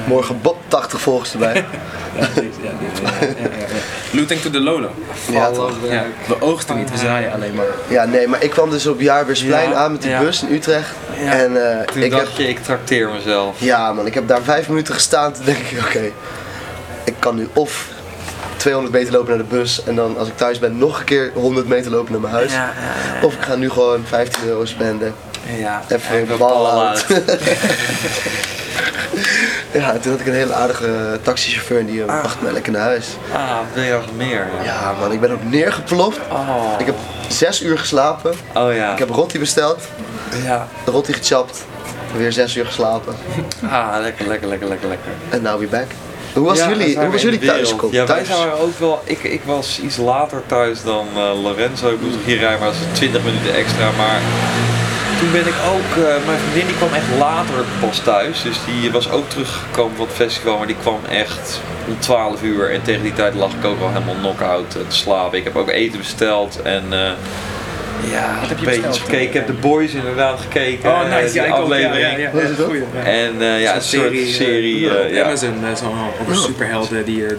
Speaker 3: Morgen Bob 80
Speaker 1: [laughs]
Speaker 3: volgers erbij.
Speaker 2: Ja, die- ja, die- ja, ja, ja, ja. Looting to the Lolo.
Speaker 3: ja, toch?
Speaker 2: Ja, we oogsten niet, we zaaien alleen maar.
Speaker 3: Ja, nee, maar ik kwam dus op Jaarbeursplein
Speaker 1: Ja,
Speaker 3: aan met die
Speaker 1: ja.
Speaker 3: bus in Utrecht.
Speaker 2: Ja.
Speaker 3: En eh,
Speaker 1: Toen
Speaker 3: ik heb...
Speaker 1: dacht je, ik trakteer mezelf.
Speaker 3: Ja, man, ik heb daar vijf minuten gestaan. Toen denk ik, oké, ik kan nu of 200 meter lopen naar de bus. En dan als ik thuis ben, nog een keer 100 meter lopen naar mijn huis. Of ik ga nu gewoon 15 euro spenden.
Speaker 1: Ja.
Speaker 3: Even
Speaker 1: Even
Speaker 3: bal
Speaker 1: bal
Speaker 3: out. [laughs] ja, en toen had ik een hele aardige eh, taxichauffeur en die eh, bracht me lekker naar huis.
Speaker 1: Ah, wil je nog meer? ja.
Speaker 3: Ja, man, ik ben ook neergeploft.
Speaker 1: Oh.
Speaker 3: Ik heb zes uur geslapen.
Speaker 1: Oh ja.
Speaker 3: Ik heb rotti besteld,
Speaker 1: Ja.
Speaker 3: de rotti gechapt. Weer zes uur geslapen.
Speaker 1: Ah, lekker, lekker, lekker, lekker, lekker.
Speaker 3: En now we back. Hoe was
Speaker 1: Ja, dan
Speaker 3: jullie,
Speaker 1: zijn
Speaker 3: hoe
Speaker 1: we
Speaker 3: was
Speaker 1: in
Speaker 3: jullie
Speaker 1: de wereld.
Speaker 3: thuiskomst?
Speaker 1: Ja, wij
Speaker 3: thuis?
Speaker 1: zijn er ook wel... Ik, ik was iets later thuis dan eh, Lorenzo. Ik moest nog hier rijden, maar dat is 20 minuten extra. Maar toen ben ik ook... eh, mijn vriendin die kwam echt later pas thuis. Dus die was ook teruggekomen van het festival. Maar die kwam echt om 12 uur. En tegen die tijd lag ik ook al helemaal knock-out eh, te slapen. Ik heb ook eten besteld en... eh, ja,
Speaker 2: heb je
Speaker 1: een beetje
Speaker 2: besteld?
Speaker 1: gekeken. Ik heb de boys inderdaad gekeken.
Speaker 2: Oh,
Speaker 1: eh,
Speaker 2: nice.
Speaker 1: die
Speaker 2: Ja, ik ook. Ja,
Speaker 1: aflevering.
Speaker 2: ja, ja,
Speaker 3: Wat is
Speaker 2: ja,
Speaker 3: dat?
Speaker 2: goeie, ja.
Speaker 1: En eh, ja,
Speaker 2: Zo'n
Speaker 1: een serie, serie
Speaker 2: eh,
Speaker 1: eh, ja.
Speaker 2: op Amazon, eh, zo'n over superhelden die... eh, en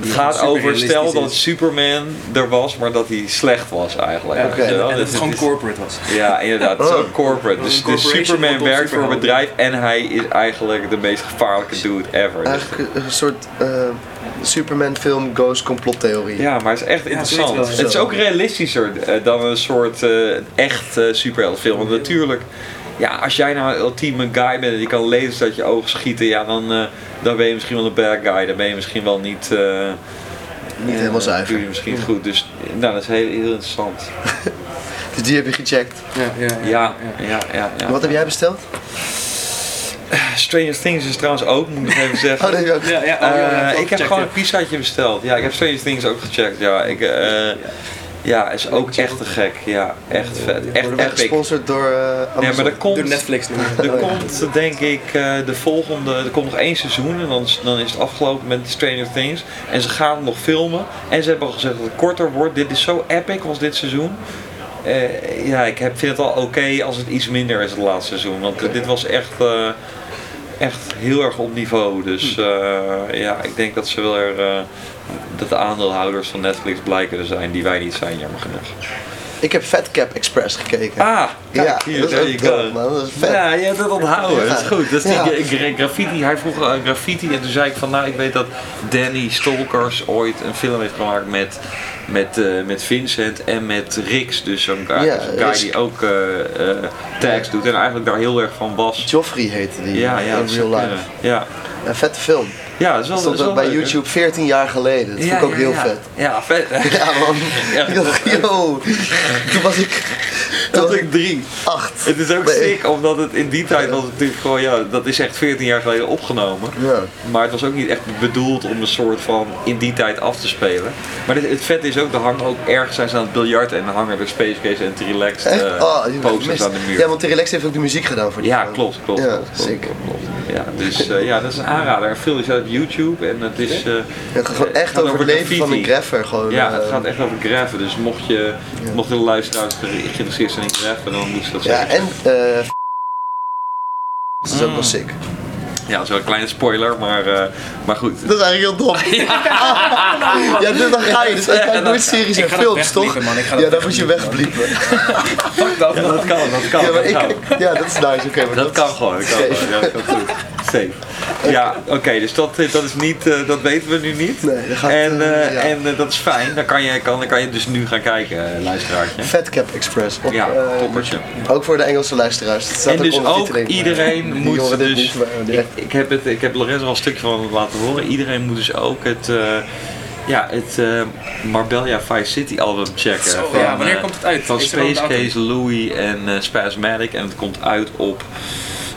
Speaker 2: die
Speaker 1: Het gaat
Speaker 2: super
Speaker 1: over, stel
Speaker 2: realistisch
Speaker 1: dat
Speaker 2: is.
Speaker 1: Superman er was, maar dat hij slecht was eigenlijk.
Speaker 2: Ja,
Speaker 1: weet je wel?
Speaker 2: En dat
Speaker 1: Dus
Speaker 2: het gewoon
Speaker 1: is-
Speaker 2: corporate was.
Speaker 1: Ja, inderdaad. Het is ook corporate. Dus,
Speaker 2: Een
Speaker 1: dus
Speaker 2: corporation
Speaker 1: Superman
Speaker 2: rondom
Speaker 1: werkt voor een
Speaker 2: superhelden.
Speaker 1: bedrijf en hij is eigenlijk de meest gevaarlijke dude ever. Dus-
Speaker 3: Eigenlijk een soort eh, Superman film Ghost complottheorie.
Speaker 1: ja, maar het is echt interessant.
Speaker 2: zoiets wel.
Speaker 1: het is ook realistischer eh, dan een soort eh, echt eh superheldenfilm. Want natuurlijk, ja, als jij nou een ultieme guy bent en je kan lasers uit je ogen schieten, ja, dan, eh, dan ben je misschien wel een bad guy. Dan ben je misschien wel niet... eh,
Speaker 3: Niet
Speaker 1: eh,
Speaker 3: helemaal
Speaker 1: doe je
Speaker 3: zuiver.
Speaker 1: misschien goed. Dus nou, dat is heel, heel interessant.
Speaker 3: Dus die heb je gecheckt.
Speaker 2: Ja, ja, ja.
Speaker 1: Ja, ja, ja. ja. Ah,
Speaker 3: Wat heb jij besteld?
Speaker 1: Stranger Things is trouwens ook, moet ik even
Speaker 3: Oh,
Speaker 1: zeggen.
Speaker 3: dat heb je ook.
Speaker 2: Ja, ja, oh, ja,
Speaker 1: Eh,
Speaker 2: ja,
Speaker 1: ik heb
Speaker 2: gecheckt,
Speaker 1: gewoon
Speaker 2: ja.
Speaker 1: een pizzaatje besteld. Ja, ik heb Stranger Things ook gecheckt. Ja, ik, eh, ja is ook echt te gek. Ja, echt vet. Echt
Speaker 3: Worden wij
Speaker 1: epic.
Speaker 3: gesponsord door eh, Amazon.
Speaker 1: Nee, maar er
Speaker 2: Door
Speaker 1: komt,
Speaker 2: Netflix nu.
Speaker 1: er komt denk ik eh, de volgende, er komt nog één seizoen en dan is, dan is het afgelopen met Stranger Things. En ze gaan het nog filmen en ze hebben al gezegd dat het korter wordt. Dit is zo epic als dit seizoen. Eh, ja, ik heb, vind het al oké als het iets minder is het laatste seizoen, want eh, dit was echt, eh, echt heel erg op niveau.
Speaker 3: Hm.
Speaker 1: Dus eh, ja, ik denk dat ze wel er, eh, dat de aandeelhouders van Netflix blijken te zijn die wij niet zijn, jammer genoeg.
Speaker 3: Ik heb Fat Cap Express gekeken.
Speaker 1: Ah, kijk
Speaker 3: ja,
Speaker 1: hier,
Speaker 3: dat is
Speaker 1: there
Speaker 3: ook
Speaker 1: you go.
Speaker 3: dope, man. Dat is vet.
Speaker 1: Ja, ja, dat onthouden.
Speaker 3: Ja.
Speaker 1: Dat is goed. Dat is
Speaker 3: Ja.
Speaker 1: die gra- graffiti. Hij vroeg eh, graffiti en toen zei ik van nou, ik weet dat Danny Stolkers ooit een film heeft gemaakt met, met, eh, met Vincent en met Rix. Dus zo'n guy,
Speaker 3: Ja,
Speaker 1: zo'n guy
Speaker 3: Rix.
Speaker 1: die ook eh, eh, tags doet en eigenlijk daar heel erg van was.
Speaker 3: Joffrey heette die
Speaker 1: Ja, ja,
Speaker 3: in
Speaker 1: dat zou
Speaker 3: real life.
Speaker 1: kunnen. Ja,
Speaker 3: Een vette film.
Speaker 1: ja dat is wel,
Speaker 3: Dat
Speaker 1: dat
Speaker 3: stond
Speaker 1: is wel
Speaker 3: ook bij
Speaker 1: leuk, hè?
Speaker 3: YouTube 14 jaar geleden. Dat
Speaker 1: Ja,
Speaker 3: vond ik ook
Speaker 1: ja,
Speaker 3: heel
Speaker 1: ja.
Speaker 3: vet. [laughs]
Speaker 1: Ja, vet. hè?
Speaker 3: Ja man,
Speaker 1: Ja.
Speaker 3: ik dacht,
Speaker 1: [laughs]
Speaker 3: yo, toen was ik, toen
Speaker 1: Dat
Speaker 3: was
Speaker 1: was
Speaker 3: ik
Speaker 1: ik drie.
Speaker 3: acht.
Speaker 1: Het is ook
Speaker 3: Nee.
Speaker 1: sick, omdat het in die tijd was het natuurlijk gewoon, ja, dat is echt 14 jaar geleden opgenomen.
Speaker 3: Ja.
Speaker 1: Maar het was ook niet echt bedoeld om een soort van in die tijd af te spelen. Maar het, het vet is ook, er hangen ook erg zijn ze aan het biljart en dan hangen er Space Case en T-Relaxed
Speaker 3: Echt?
Speaker 1: eh,
Speaker 3: oh, die heb ik
Speaker 1: posters
Speaker 3: gemist.
Speaker 1: aan de muur.
Speaker 3: Ja, want T-Relax heeft ook de muziek gedaan voor die
Speaker 1: Ja,
Speaker 3: film.
Speaker 1: klopt, klopt.
Speaker 3: Ja,
Speaker 1: klopt, klopt,
Speaker 3: sick.
Speaker 1: klopt, klopt. Ja, dus eh, ja, dat is een aanrader. Een film is uit op YouTube en het is... eh,
Speaker 3: Ja, het gaat gewoon
Speaker 1: eh,
Speaker 3: echt
Speaker 1: gaat
Speaker 3: over het leven van een
Speaker 1: graffiti.
Speaker 3: greffer. Gewoon,
Speaker 1: Ja, het
Speaker 3: eh,
Speaker 1: gaat echt over graffen. Dus mocht je, mochten de luisteraars geïnteresseerd zijn in graffen, dan moet je dat
Speaker 3: ja
Speaker 1: zeker
Speaker 3: en eh dat is ook wel sick.
Speaker 1: Mm. Ja, dat is wel een kleine spoiler, maar, eh, maar goed.
Speaker 3: Dat is eigenlijk heel dom.
Speaker 1: [laughs]
Speaker 3: [laughs] Ja, dit- dan ga je. Dus ik kijk nooit series en
Speaker 2: ik ga dat
Speaker 3: films, toch?
Speaker 2: wegbliepen, man. Ik ga dat
Speaker 3: Ja, dan moet je
Speaker 2: wegbliepen,
Speaker 3: wegbliepen.
Speaker 1: [laughs] Dat, dat kan, dat kan.
Speaker 3: Ja, maar
Speaker 1: dat,
Speaker 3: ik,
Speaker 1: kan.
Speaker 3: ja, dat is nice. Oké, maar
Speaker 1: dat kan gewoon, dat kan
Speaker 3: Oké.
Speaker 1: gewoon. Ja, dat kan goed. safe. Ja, oké, dus dat, dat is niet, eh, dat weten we nu niet.
Speaker 3: Nee, dat gaat,
Speaker 1: en
Speaker 3: eh,
Speaker 1: eh,
Speaker 3: ja.
Speaker 1: en eh, dat is fijn, dan kan je, kan, dan kan je dus nu gaan kijken, eh, luisteraartje.
Speaker 3: Fatcap Express. Op,
Speaker 1: Ja,
Speaker 3: eh,
Speaker 1: toppertje.
Speaker 3: Ook voor de Engelse luisteraars. Het staat
Speaker 1: En dus ook
Speaker 3: ondertiteling, maar
Speaker 1: iedereen
Speaker 3: die
Speaker 1: moet
Speaker 3: horen dit
Speaker 1: dus,
Speaker 3: niet, maar
Speaker 1: ik,
Speaker 3: direct.
Speaker 1: ik heb het, ik heb Lorenzo al een stukje van laten horen, iedereen moet dus ook het, eh, ja, het eh, Marbella Vice City album checken.
Speaker 4: Zo,
Speaker 1: van,
Speaker 4: ja, wanneer
Speaker 1: eh,
Speaker 4: komt het uit?
Speaker 1: Van
Speaker 4: Is er al een
Speaker 1: Space
Speaker 4: datum?
Speaker 1: Case, Louis en eh, Spasmatic en het komt uit op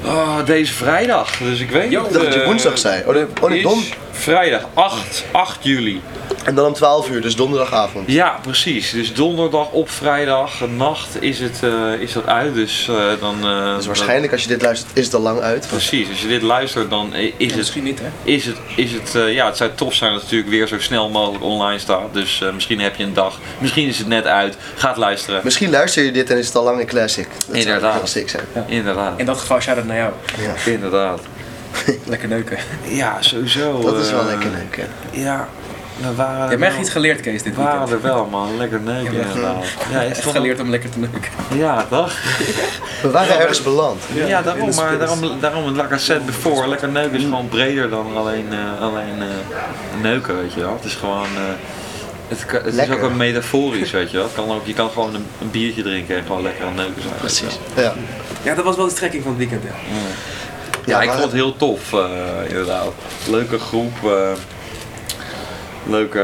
Speaker 1: ah, deze vrijdag, dus ik weet
Speaker 4: Yo,
Speaker 1: niet,
Speaker 3: Ik dacht dat je
Speaker 1: eh,
Speaker 3: woensdag zei. Oh, de- oh nee,
Speaker 1: is
Speaker 3: don.
Speaker 1: Vrijdag 8, 8 juli.
Speaker 3: En dan om 12 uur, dus donderdagavond.
Speaker 1: Ja, precies. Dus donderdag op vrijdag nacht is, het, eh, is dat uit. Dus eh, dan. eh,
Speaker 3: Dus waarschijnlijk als je dit luistert, is het al lang uit.
Speaker 1: dan- precies. Als je dit luistert, dan eh, is
Speaker 4: Ja,
Speaker 1: het.
Speaker 4: misschien niet, hè?
Speaker 1: Is het, is het eh, ja, het zou tof zijn dat het natuurlijk weer zo snel mogelijk online staat. Dus eh, misschien heb je een dag. Misschien is het net uit. Ga het luisteren.
Speaker 3: Misschien luister je dit en is het al lang een classic. Dat zou
Speaker 1: Inderdaad.
Speaker 3: heel sick zijn.
Speaker 1: Inderdaad.
Speaker 4: In dat geval shout-out naar jou.
Speaker 3: Ja.
Speaker 1: Inderdaad.
Speaker 4: Lekker neuken.
Speaker 1: Ja, sowieso.
Speaker 3: Dat is wel
Speaker 1: eh,
Speaker 3: lekker leuk, hè.
Speaker 1: Ja, we waren.
Speaker 4: Je
Speaker 1: er
Speaker 4: hebt mij echt
Speaker 1: wel-
Speaker 4: iets geleerd, Kees, dit
Speaker 1: we waren
Speaker 4: weekend.
Speaker 1: er wel, man. Lekker neuken,
Speaker 4: Ja.
Speaker 1: inderdaad. Ja, is
Speaker 4: Echt
Speaker 1: toch-
Speaker 4: geleerd om lekker te neuken.
Speaker 1: Ja, toch?
Speaker 3: We waren ergens beland.
Speaker 1: Ja,
Speaker 4: in
Speaker 1: daarom,
Speaker 4: de
Speaker 1: maar
Speaker 4: spits.
Speaker 1: daarom, daarom een lekker set before. Lekker neuken is gewoon breder dan alleen, eh, alleen eh, neuken, weet je wel. Het is gewoon. eh, het ka- het is
Speaker 3: Lekker.
Speaker 1: ook een metaforisch, weet je wel. Het kan ook, je kan gewoon een, een biertje drinken en gewoon lekker aan neuken zijn. weet je wel.
Speaker 3: Ja.
Speaker 4: Ja, dat was wel de strekking van het weekend, ja.
Speaker 1: Ja, ik
Speaker 3: maar-
Speaker 1: vond het heel tof, eh, inderdaad. Leuke groep. eh, leuke.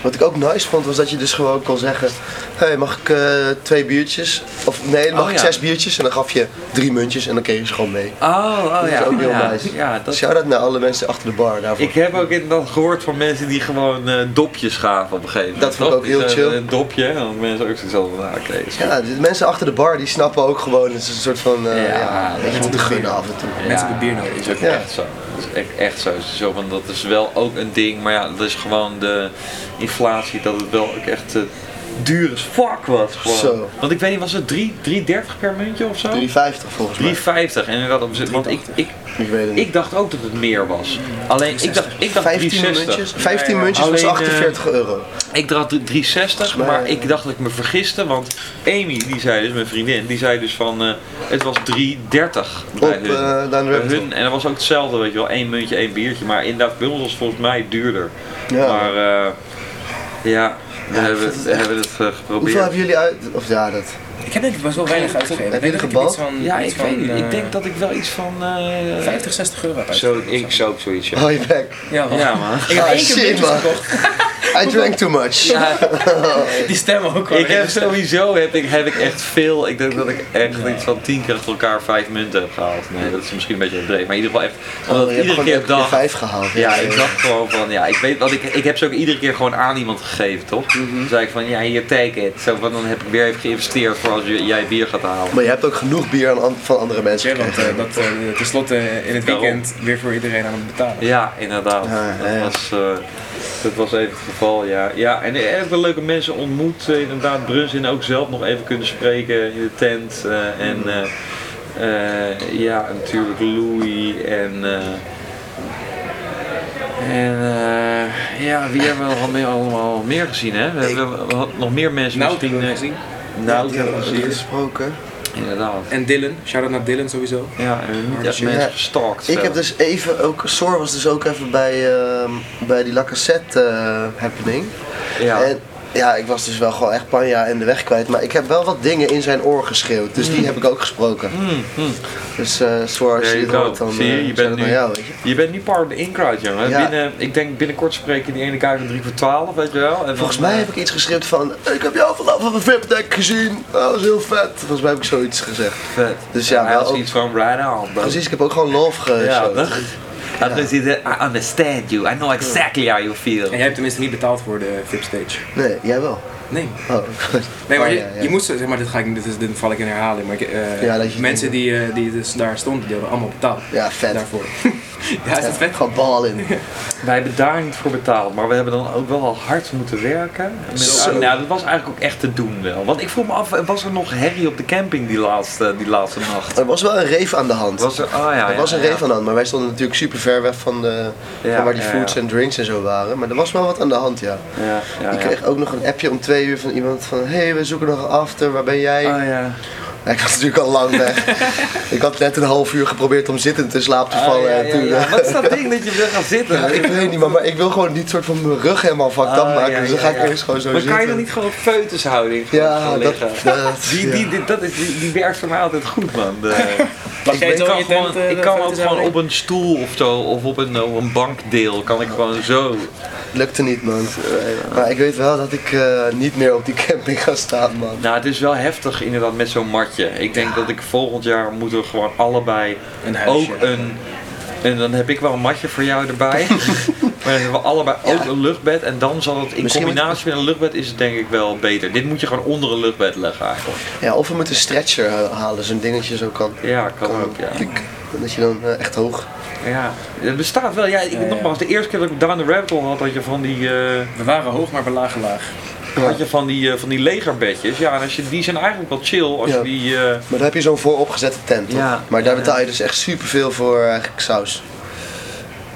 Speaker 3: Wat ik ook nice vond was dat je dus gewoon kon zeggen: Hé, hey, mag ik eh, twee biertjes? Of nee, mag
Speaker 1: Oh,
Speaker 3: ik
Speaker 1: ja.
Speaker 3: zes biertjes? En dan gaf je drie muntjes en dan kreeg je ze gewoon mee.
Speaker 1: Oh, oh
Speaker 3: ja. ook heel nice.
Speaker 1: ja dat,
Speaker 3: Shout out naar alle mensen achter de bar daarvoor.
Speaker 1: Ik heb ook inderdaad gehoord van mensen die gewoon eh, dopjes gaven op een gegeven moment.
Speaker 3: Dat vond ik
Speaker 1: toch?
Speaker 3: ook
Speaker 1: Die
Speaker 3: heel
Speaker 1: zeiden,
Speaker 3: chill.
Speaker 1: Een dopje, en dan mensen ook zichzelf van, ah, oké, is goed.
Speaker 3: Ja, de mensen achter de bar die snappen ook gewoon, het is een soort van, eh,
Speaker 1: Ja,
Speaker 3: ja,
Speaker 1: dat
Speaker 3: weet je, om te gunnen af en toe.
Speaker 4: Mensen hebben bier nodig.
Speaker 1: is ook
Speaker 3: Ja.
Speaker 1: echt zo. Dat is echt, echt zo. zo van, dat is wel ook een ding, maar ja, dat is gewoon de inflatie, dat het wel ook echt eh, duur as fuck was. Gewoon.
Speaker 3: Zo.
Speaker 1: Want ik weet niet, was het 3 3,30 per muntje of zo?
Speaker 3: 3,50 volgens mij.
Speaker 1: 3,50 en inderdaad, op, z'n- want ik, ik,
Speaker 3: Ik weet het niet.
Speaker 1: ik dacht ook dat het meer was. Alleen ik dacht, ik dacht
Speaker 3: 15
Speaker 1: 3,60.
Speaker 3: muntjes, 15 muntjes
Speaker 1: Alleen,
Speaker 3: was
Speaker 1: eh,
Speaker 3: 48 euro.
Speaker 1: Ik dacht 360,
Speaker 3: Maar-
Speaker 1: maar ik dacht dat ik me vergiste, want Amy, die zei dus, mijn vriendin, die zei dus van, eh, het was 330 bij
Speaker 3: Op
Speaker 1: hun.
Speaker 3: eh Dan
Speaker 1: Bij
Speaker 3: Raptor.
Speaker 1: hun. En dat was ook hetzelfde, weet je wel, één muntje, één biertje, maar inderdaad, bij ons was het volgens mij duurder.
Speaker 3: Ja.
Speaker 1: Maar eh, ja, we
Speaker 3: Ja, ik
Speaker 1: hebben,
Speaker 3: vind
Speaker 1: het,
Speaker 3: het echt-
Speaker 1: hebben het eh,
Speaker 3: Hoeveel
Speaker 1: geprobeerd.
Speaker 3: hebben jullie uit? Of ja, dat.
Speaker 4: Ik heb denk ik best wel weinig uitgegeven.
Speaker 3: Heb je
Speaker 4: Ik
Speaker 3: er
Speaker 4: denk dat ik
Speaker 3: gebald?
Speaker 4: iets van...
Speaker 1: Ja,
Speaker 4: iets
Speaker 1: ik weet
Speaker 4: van,
Speaker 1: niet,
Speaker 4: eh,
Speaker 1: ik denk dat ik wel iets van... eh,
Speaker 4: 50, 60 euro heb
Speaker 1: Zo,
Speaker 4: uitgegeven.
Speaker 1: ik zou ook zoiets, ja.
Speaker 3: Hou je bek.
Speaker 4: Ja, man.
Speaker 1: [laughs] Ja, man.
Speaker 4: Ik heb
Speaker 3: Ah,
Speaker 4: één keer
Speaker 3: shit,
Speaker 4: muntjes
Speaker 3: man.
Speaker 4: gekocht.
Speaker 3: I drank too much. Oh.
Speaker 4: Die stem ook wel.
Speaker 1: [laughs] Ik heb sowieso heb ik, heb ik echt veel. Ik denk dat ik echt iets van tien keer achter elkaar vijf munten heb gehaald. Nee, dat is misschien een beetje overdreven. Maar in ieder geval echt. Omdat
Speaker 3: Oh, je
Speaker 1: ik
Speaker 3: hebt
Speaker 1: iedere
Speaker 3: gewoon
Speaker 1: keer
Speaker 3: elke keer
Speaker 1: dacht.
Speaker 3: 5 gehaald.
Speaker 1: Ja, ik dacht gewoon van, ja, ik weet wat, ik, ik heb ze ook iedere keer gewoon aan iemand gegeven, toch? Dan zei ik van, ja, hier, take it. Zo van, dan heb ik weer even geïnvesteerd voor als j- jij bier gaat halen.
Speaker 3: Maar je hebt ook genoeg bier aan, an- van andere mensen
Speaker 4: Ja, want eh,
Speaker 3: gekregen.
Speaker 4: dat eh, tenslotte in het
Speaker 1: Daarom.
Speaker 4: weekend weer voor iedereen aan het betalen.
Speaker 1: Ja, inderdaad.
Speaker 3: Ja,
Speaker 1: dat,
Speaker 3: ja, ja.
Speaker 1: Was, eh, dat was even het geval, ja. Ja, en ik heb wel leuke mensen ontmoet. eh, Inderdaad, Brunsin ook zelf nog even kunnen spreken in de tent. eh, en
Speaker 3: Mm.
Speaker 1: eh, eh, ja, natuurlijk Louis en... eh, en eh, ja, wie hebben we nog meer, allemaal meer gezien, hè? We hebben we hadden nog meer mensen
Speaker 4: Nou,
Speaker 1: misschien...
Speaker 4: hebben we
Speaker 1: eh,
Speaker 4: gezien.
Speaker 1: Nauwt hebben we
Speaker 3: Hier
Speaker 1: gezien,
Speaker 3: gesproken.
Speaker 1: inderdaad.
Speaker 4: En Dylan. Shout-out naar Dylan sowieso.
Speaker 1: Ja, en we hebben niet echt
Speaker 4: Ja.
Speaker 1: mensen gestalkt.
Speaker 3: Ik heb
Speaker 1: verder.
Speaker 3: dus even, ook, Soar was dus ook even bij, ehm, bij die La Cassette eh, happening.
Speaker 1: Ja.
Speaker 3: En ja, ik was dus wel gewoon echt panja en de weg kwijt. Maar ik heb wel wat dingen in zijn oor geschreeuwd. Dus
Speaker 4: Hmm.
Speaker 3: die heb ik ook gesproken.
Speaker 1: Mm, mm.
Speaker 3: Dus eh Soar, als
Speaker 1: There
Speaker 3: je
Speaker 1: you
Speaker 3: dit
Speaker 1: go.
Speaker 3: hoort, dan
Speaker 1: Zie je, je
Speaker 3: eh,
Speaker 1: bent
Speaker 3: zijn het
Speaker 1: nu-
Speaker 3: naar jou, weet je.
Speaker 1: Je bent nu part of the in-crowd, jongen.
Speaker 3: Ja.
Speaker 1: Binnen, ik denk binnenkort spreken die ene guy van 3 voor 12, weet je wel. En
Speaker 3: Volgens
Speaker 1: dan,
Speaker 3: mij
Speaker 1: eh,
Speaker 3: heb ik iets geschreeuwd van, "Eh, ik heb jou vanaf op een VIP-deck gezien. Oh, dat is heel vet. Volgens mij heb ik zoiets gezegd.
Speaker 1: Vet.
Speaker 3: Dus ja,
Speaker 1: hij
Speaker 3: wel
Speaker 1: was
Speaker 3: ook-
Speaker 1: iets van right on, bro.
Speaker 3: Precies, ik heb ook gewoon love
Speaker 1: Ja,
Speaker 3: geschreeuwd.
Speaker 1: toch? Hij heeft zoiets van, eh, I understand you, I know exactly how you feel.
Speaker 4: En jij hebt tenminste niet betaald voor de VIP-stage.
Speaker 3: nee, jij wel.
Speaker 4: Nee.
Speaker 3: Oh.
Speaker 4: Nee, maar
Speaker 3: Oh,
Speaker 4: je,
Speaker 3: ja, ja.
Speaker 4: je moest, zeg maar, dit, ga ik, dit, is, dit val ik in herhaling, maar ik, eh,
Speaker 3: Ja, dat je-
Speaker 4: mensen die, eh, die dus daar stonden, die hadden allemaal betaald
Speaker 3: Ja, vet. [laughs]
Speaker 4: daarvoor. ja, is dat vet?
Speaker 3: Gewoon bal in.
Speaker 4: [laughs]
Speaker 1: Wij hebben daar niet voor betaald, maar we hebben dan ook wel hard moeten werken. Met-
Speaker 3: Zo.
Speaker 1: Nou, dat was eigenlijk ook echt te doen wel. Want ik vroeg me af, was er nog herrie op de camping die laatste, die laatste nacht?
Speaker 3: Er was wel een reef aan de hand.
Speaker 1: Was er, oh ja,
Speaker 3: er
Speaker 1: ja,
Speaker 3: was een
Speaker 1: ja.
Speaker 3: reef aan de hand, maar wij stonden natuurlijk super ver weg van, de,
Speaker 1: Ja,
Speaker 3: van waar die
Speaker 1: ja,
Speaker 3: foods
Speaker 1: ja.
Speaker 3: en drinks en zo waren. Maar er was wel wat aan de hand, ja.
Speaker 1: Ja, ja, ja.
Speaker 3: Ik kreeg ook nog een appje om twee uur van iemand van... Hé, hey, we zoeken nog een after, waar ben jij?
Speaker 1: Oh ja.
Speaker 3: Ja, ik was natuurlijk al lang
Speaker 1: [laughs]
Speaker 3: weg. ik had net een half uur geprobeerd om zittend in slaap te vallen.
Speaker 1: Ah, Oh ja,
Speaker 3: en toen,
Speaker 1: ja,
Speaker 3: eh, [laughs]
Speaker 1: Wat is dat ding dat je wil gaan zitten?
Speaker 3: ja, ik weet niet, maar, maar ik wil gewoon niet soort van mijn rug helemaal fucked up
Speaker 1: Ah,
Speaker 3: maken.
Speaker 1: ja,
Speaker 3: dus dan
Speaker 1: ja,
Speaker 3: ga ik
Speaker 1: ja.
Speaker 3: eerst gewoon zo
Speaker 1: Maar
Speaker 3: zitten.
Speaker 1: kan je dan niet gewoon op feutushouding gewoon
Speaker 3: Ja,
Speaker 1: gaan
Speaker 3: dat,
Speaker 1: liggen?
Speaker 3: dat-
Speaker 1: [laughs] Die,
Speaker 3: ja.
Speaker 1: die, die, dat is, die, die werkt voor mij altijd goed, man. [laughs] De- ik
Speaker 2: jij
Speaker 1: weet-
Speaker 2: zo
Speaker 1: kan
Speaker 2: in je
Speaker 1: gewoon,
Speaker 2: tent, eh,
Speaker 1: ik
Speaker 2: de
Speaker 1: kan ook
Speaker 2: foto's
Speaker 1: gewoon op
Speaker 2: houden?
Speaker 1: een stoel of zo, of op een, eh, op een bankdeel, kan ik gewoon zo.
Speaker 3: lukte niet, man. Maar ik weet wel dat ik eh, niet meer op die camping ga staan, man.
Speaker 1: Nou, het is wel heftig inderdaad met zo'n matje. Ik denk dat ik volgend jaar moeten we gewoon allebei
Speaker 2: Een huisje.
Speaker 1: ook een... eh, En dan heb ik wel een matje voor jou [laughs] erbij. maar dan hebben we allebei ook een luchtbed. En dan zal het in
Speaker 3: Misschien moet-
Speaker 1: combinatie met een luchtbed is het denk ik wel beter. Dit moet je gewoon onder een luchtbed leggen eigenlijk.
Speaker 3: Ja, of we moeten een stretcher eh, halen, zo'n dingetje zo kan.
Speaker 1: Ja, kan ook, ja.
Speaker 3: Klik. Dat je dan eh, echt hoog.
Speaker 1: Ja, het bestaat wel. Ja, ik,
Speaker 2: ja.
Speaker 1: Nogmaals, de eerste keer dat ik Down the Rabbit Hole had, had je van die, eh,
Speaker 2: We waren hoog, maar we lagen laag.
Speaker 1: had je van die, eh, van die legerbedjes. Ja, en als je, die zijn eigenlijk wel chill als
Speaker 3: Ja.
Speaker 1: je die... eh,
Speaker 3: Maar daar heb je zo'n vooropgezette tent, toch?
Speaker 1: Ja.
Speaker 3: Maar daar betaal je dus echt superveel voor eh, eigenlijk saus.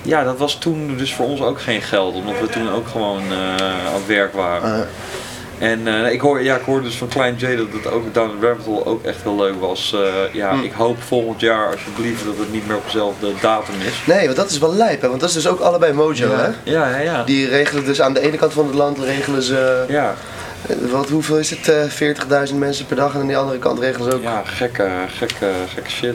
Speaker 1: ja, dat was toen dus voor ons ook geen geld, omdat we toen ook gewoon eh, aan het werk waren.
Speaker 3: Eh,
Speaker 1: En eh, ik, hoor, ja, ik hoorde dus van Klein J dat het ook Down the Rabbit Hole ook echt heel leuk was. Eh, ja,
Speaker 3: Hm.
Speaker 1: ik hoop volgend jaar alsjeblieft dat het niet meer op dezelfde datum is.
Speaker 3: nee, want dat is wel lijp, hè? Want dat is dus ook allebei Mojo, hè?
Speaker 1: Ja, ja, ja.
Speaker 3: Die regelen dus aan de ene kant van het land regelen ze.
Speaker 1: Ja,
Speaker 3: eh, Wat, hoeveel is het? eh, 40.000 mensen per dag en aan die andere kant regelen ze ook.
Speaker 1: ja gekke, gekke, gekke shit.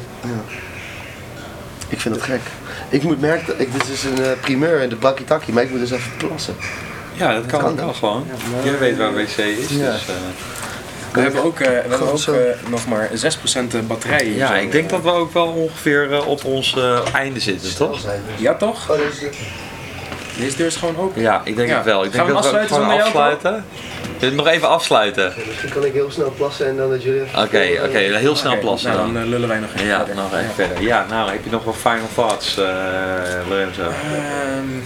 Speaker 3: Ik vind dat gek. Ik moet merken, ik, dit is een eh, primeur in de bakkie takkie, maar ik moet dus even plassen.
Speaker 1: Ja, dat kan,
Speaker 3: kan
Speaker 1: ook
Speaker 3: ook.
Speaker 1: wel gewoon.
Speaker 2: Ja, maar-
Speaker 1: Jij weet waar wc is,
Speaker 3: Ja.
Speaker 1: dus... eh,
Speaker 2: We hebben ook, eh, we hebben
Speaker 3: Goed
Speaker 2: ook
Speaker 3: zo.
Speaker 2: eh, nog maar 6%
Speaker 4: eh,
Speaker 2: batterij.
Speaker 1: Ja, ik denk dat we ook wel ongeveer eh, op ons eh, einde zitten, toch?
Speaker 2: Ja, toch?
Speaker 3: Oh, dit is de-
Speaker 2: Deze deur is gewoon open.
Speaker 1: Ja, ik denk
Speaker 2: Ja.
Speaker 1: het wel. Ik
Speaker 2: Gaan
Speaker 1: denk
Speaker 2: we
Speaker 1: dat
Speaker 2: hem
Speaker 1: we het
Speaker 2: afsluiten
Speaker 1: gewoon
Speaker 2: zonder jou,
Speaker 1: afsluiten. Wil je nog even afsluiten? Oké,
Speaker 3: Misschien kan ik heel snel plassen en dan dat jullie even...
Speaker 1: oké, heel snel
Speaker 2: Oké,
Speaker 1: plassen
Speaker 2: nou,
Speaker 1: dan.
Speaker 2: eh, lullen wij nog even.
Speaker 1: Ja,
Speaker 2: verder.
Speaker 1: nog even verder. Ja, nou, heb je nog wel final thoughts, eh, Lorenzo?
Speaker 2: Ehm,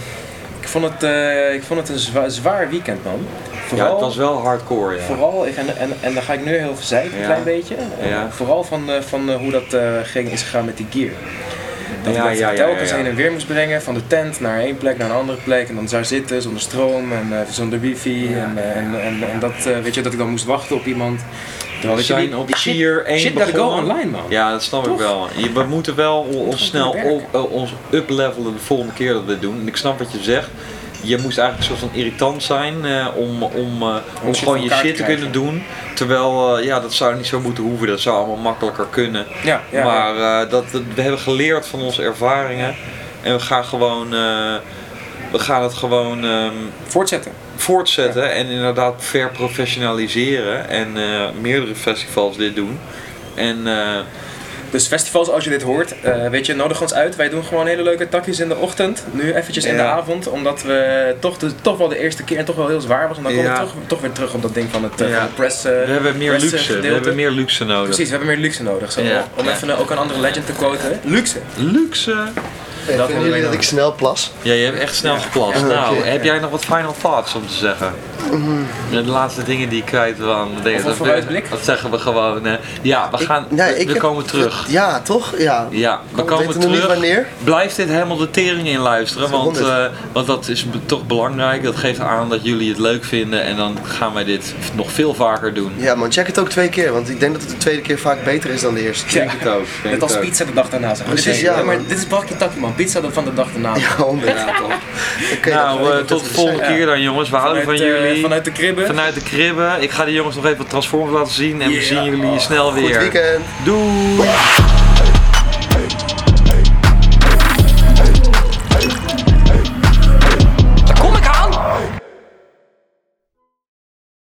Speaker 2: ik, vond het, eh, ik vond het een zwa- zwaar weekend, man.
Speaker 1: Ja,
Speaker 2: Vooral,
Speaker 1: het was wel hardcore, ja.
Speaker 2: vooral ik- en, en, en dan ga ik nu heel veel zeiken,
Speaker 1: Ja.
Speaker 2: een klein beetje.
Speaker 1: Ja.
Speaker 2: Vooral van, eh, van eh, hoe dat eh, ging, is gegaan met die gear. Dat
Speaker 1: Ja,
Speaker 2: ik dat
Speaker 1: ja, ja,
Speaker 2: telkens
Speaker 1: ja, ja.
Speaker 2: heen en weer moest brengen, van de tent naar één plek naar een andere plek. En dan zou zitten zonder stroom en eh, zonder wifi. En, eh, en, en, en dat, eh, weet je, dat ik dan moest wachten op iemand. Terwijl,
Speaker 1: We
Speaker 2: weet je, die-
Speaker 1: zijn op
Speaker 2: die shit-
Speaker 1: tier 1
Speaker 2: Shit, dat ik al online, man.
Speaker 1: Ja, dat snap ik
Speaker 2: Toch?
Speaker 1: wel. Je, we moeten wel on- ons snel
Speaker 2: goed werk.
Speaker 1: op, eh, ons uplevelen de volgende keer dat we dit doen. En ik snap wat je zegt. Je moest eigenlijk een soort van irritant zijn eh, om, om, eh, om
Speaker 2: shit
Speaker 1: gewoon
Speaker 2: voor
Speaker 1: je
Speaker 2: elkaar
Speaker 1: shit te
Speaker 2: te
Speaker 1: kunnen doen. Terwijl, eh, ja, dat zou niet zo moeten hoeven. Dat zou allemaal makkelijker kunnen.
Speaker 2: Ja, ja,
Speaker 1: maar eh, dat, dat- we hebben geleerd van onze ervaringen. En we gaan gewoon... eh, we gaan het gewoon... ehm,
Speaker 2: voortzetten.
Speaker 1: voortzetten en inderdaad verprofessionaliseren en eh, meerdere festivals dit doen. En eh,
Speaker 2: Dus festivals, als je dit hoort, eh, weet je, nodig ons uit. Wij doen gewoon hele leuke takjes in de ochtend. Nu eventjes in de
Speaker 1: Ja.
Speaker 2: avond, omdat we toch, de, toch wel de eerste keer en toch wel heel zwaar was. En dan kom
Speaker 1: Ja.
Speaker 2: ik toch, toch weer terug op dat ding van het, eh,
Speaker 1: Ja.
Speaker 2: van het press.
Speaker 1: we hebben meer luxe, we hebben meer luxe nodig.
Speaker 2: Precies, we hebben meer luxe nodig. Zo.
Speaker 1: Ja.
Speaker 2: Om even eh, ook een andere legend te quoten. Luxe.
Speaker 1: Luxe!
Speaker 3: Hey,
Speaker 2: Dat
Speaker 3: vinden
Speaker 2: hebben wij
Speaker 3: jullie dat
Speaker 2: nog.
Speaker 3: ik snel plas?
Speaker 1: Ja, je hebt echt snel geplast.
Speaker 3: Ja, Mhm.
Speaker 1: nou,
Speaker 3: oké.
Speaker 1: heb jij nog wat final thoughts om te zeggen? De laatste dingen die ik kwijt wil aan
Speaker 2: een
Speaker 1: deze. dat-
Speaker 2: vooruitblik?
Speaker 1: Dat zeggen we gewoon. eh, ja, we gaan. we-
Speaker 3: ik
Speaker 1: we
Speaker 3: heb-
Speaker 1: komen terug.
Speaker 3: Ja, toch? Ja.
Speaker 1: Ja, we
Speaker 3: We
Speaker 1: komen
Speaker 3: Oh, weten nog niet
Speaker 1: terug.
Speaker 3: wanneer.
Speaker 1: Blijf dit helemaal de tering in luisteren, want,
Speaker 3: Honderd.
Speaker 1: eh, want dat is be- toch belangrijk. Dat geeft aan dat jullie het leuk vinden en dan gaan wij dit nog veel vaker doen.
Speaker 3: Ja man, check het ook twee keer, want ik denk dat het de tweede keer vaak beter is dan de eerste.
Speaker 2: Ja.
Speaker 1: het ook.
Speaker 2: Net als pizza de dag daarna. Zeg.
Speaker 3: Precies,
Speaker 2: Dit is-
Speaker 3: ja,
Speaker 2: maar
Speaker 3: man.
Speaker 2: dit is bakje takje, man. Pizza de- van de dag daarna.
Speaker 3: Ja, honderd. Oké, dat
Speaker 1: Nou,
Speaker 3: weet
Speaker 1: eh,
Speaker 3: ik
Speaker 1: tot
Speaker 3: dat
Speaker 1: de
Speaker 3: we
Speaker 1: volgende
Speaker 2: zeggen.
Speaker 1: keer dan jongens. We houden van
Speaker 2: Vanuit, eh,
Speaker 1: jullie.
Speaker 2: vanuit de kribben.
Speaker 1: Vanuit de kribben. Ik ga de jongens nog even wat Transformers laten zien en we
Speaker 2: Yeah.
Speaker 1: zien jullie snel
Speaker 3: zijn.
Speaker 1: weer.
Speaker 3: Goed weekend.
Speaker 1: Doei!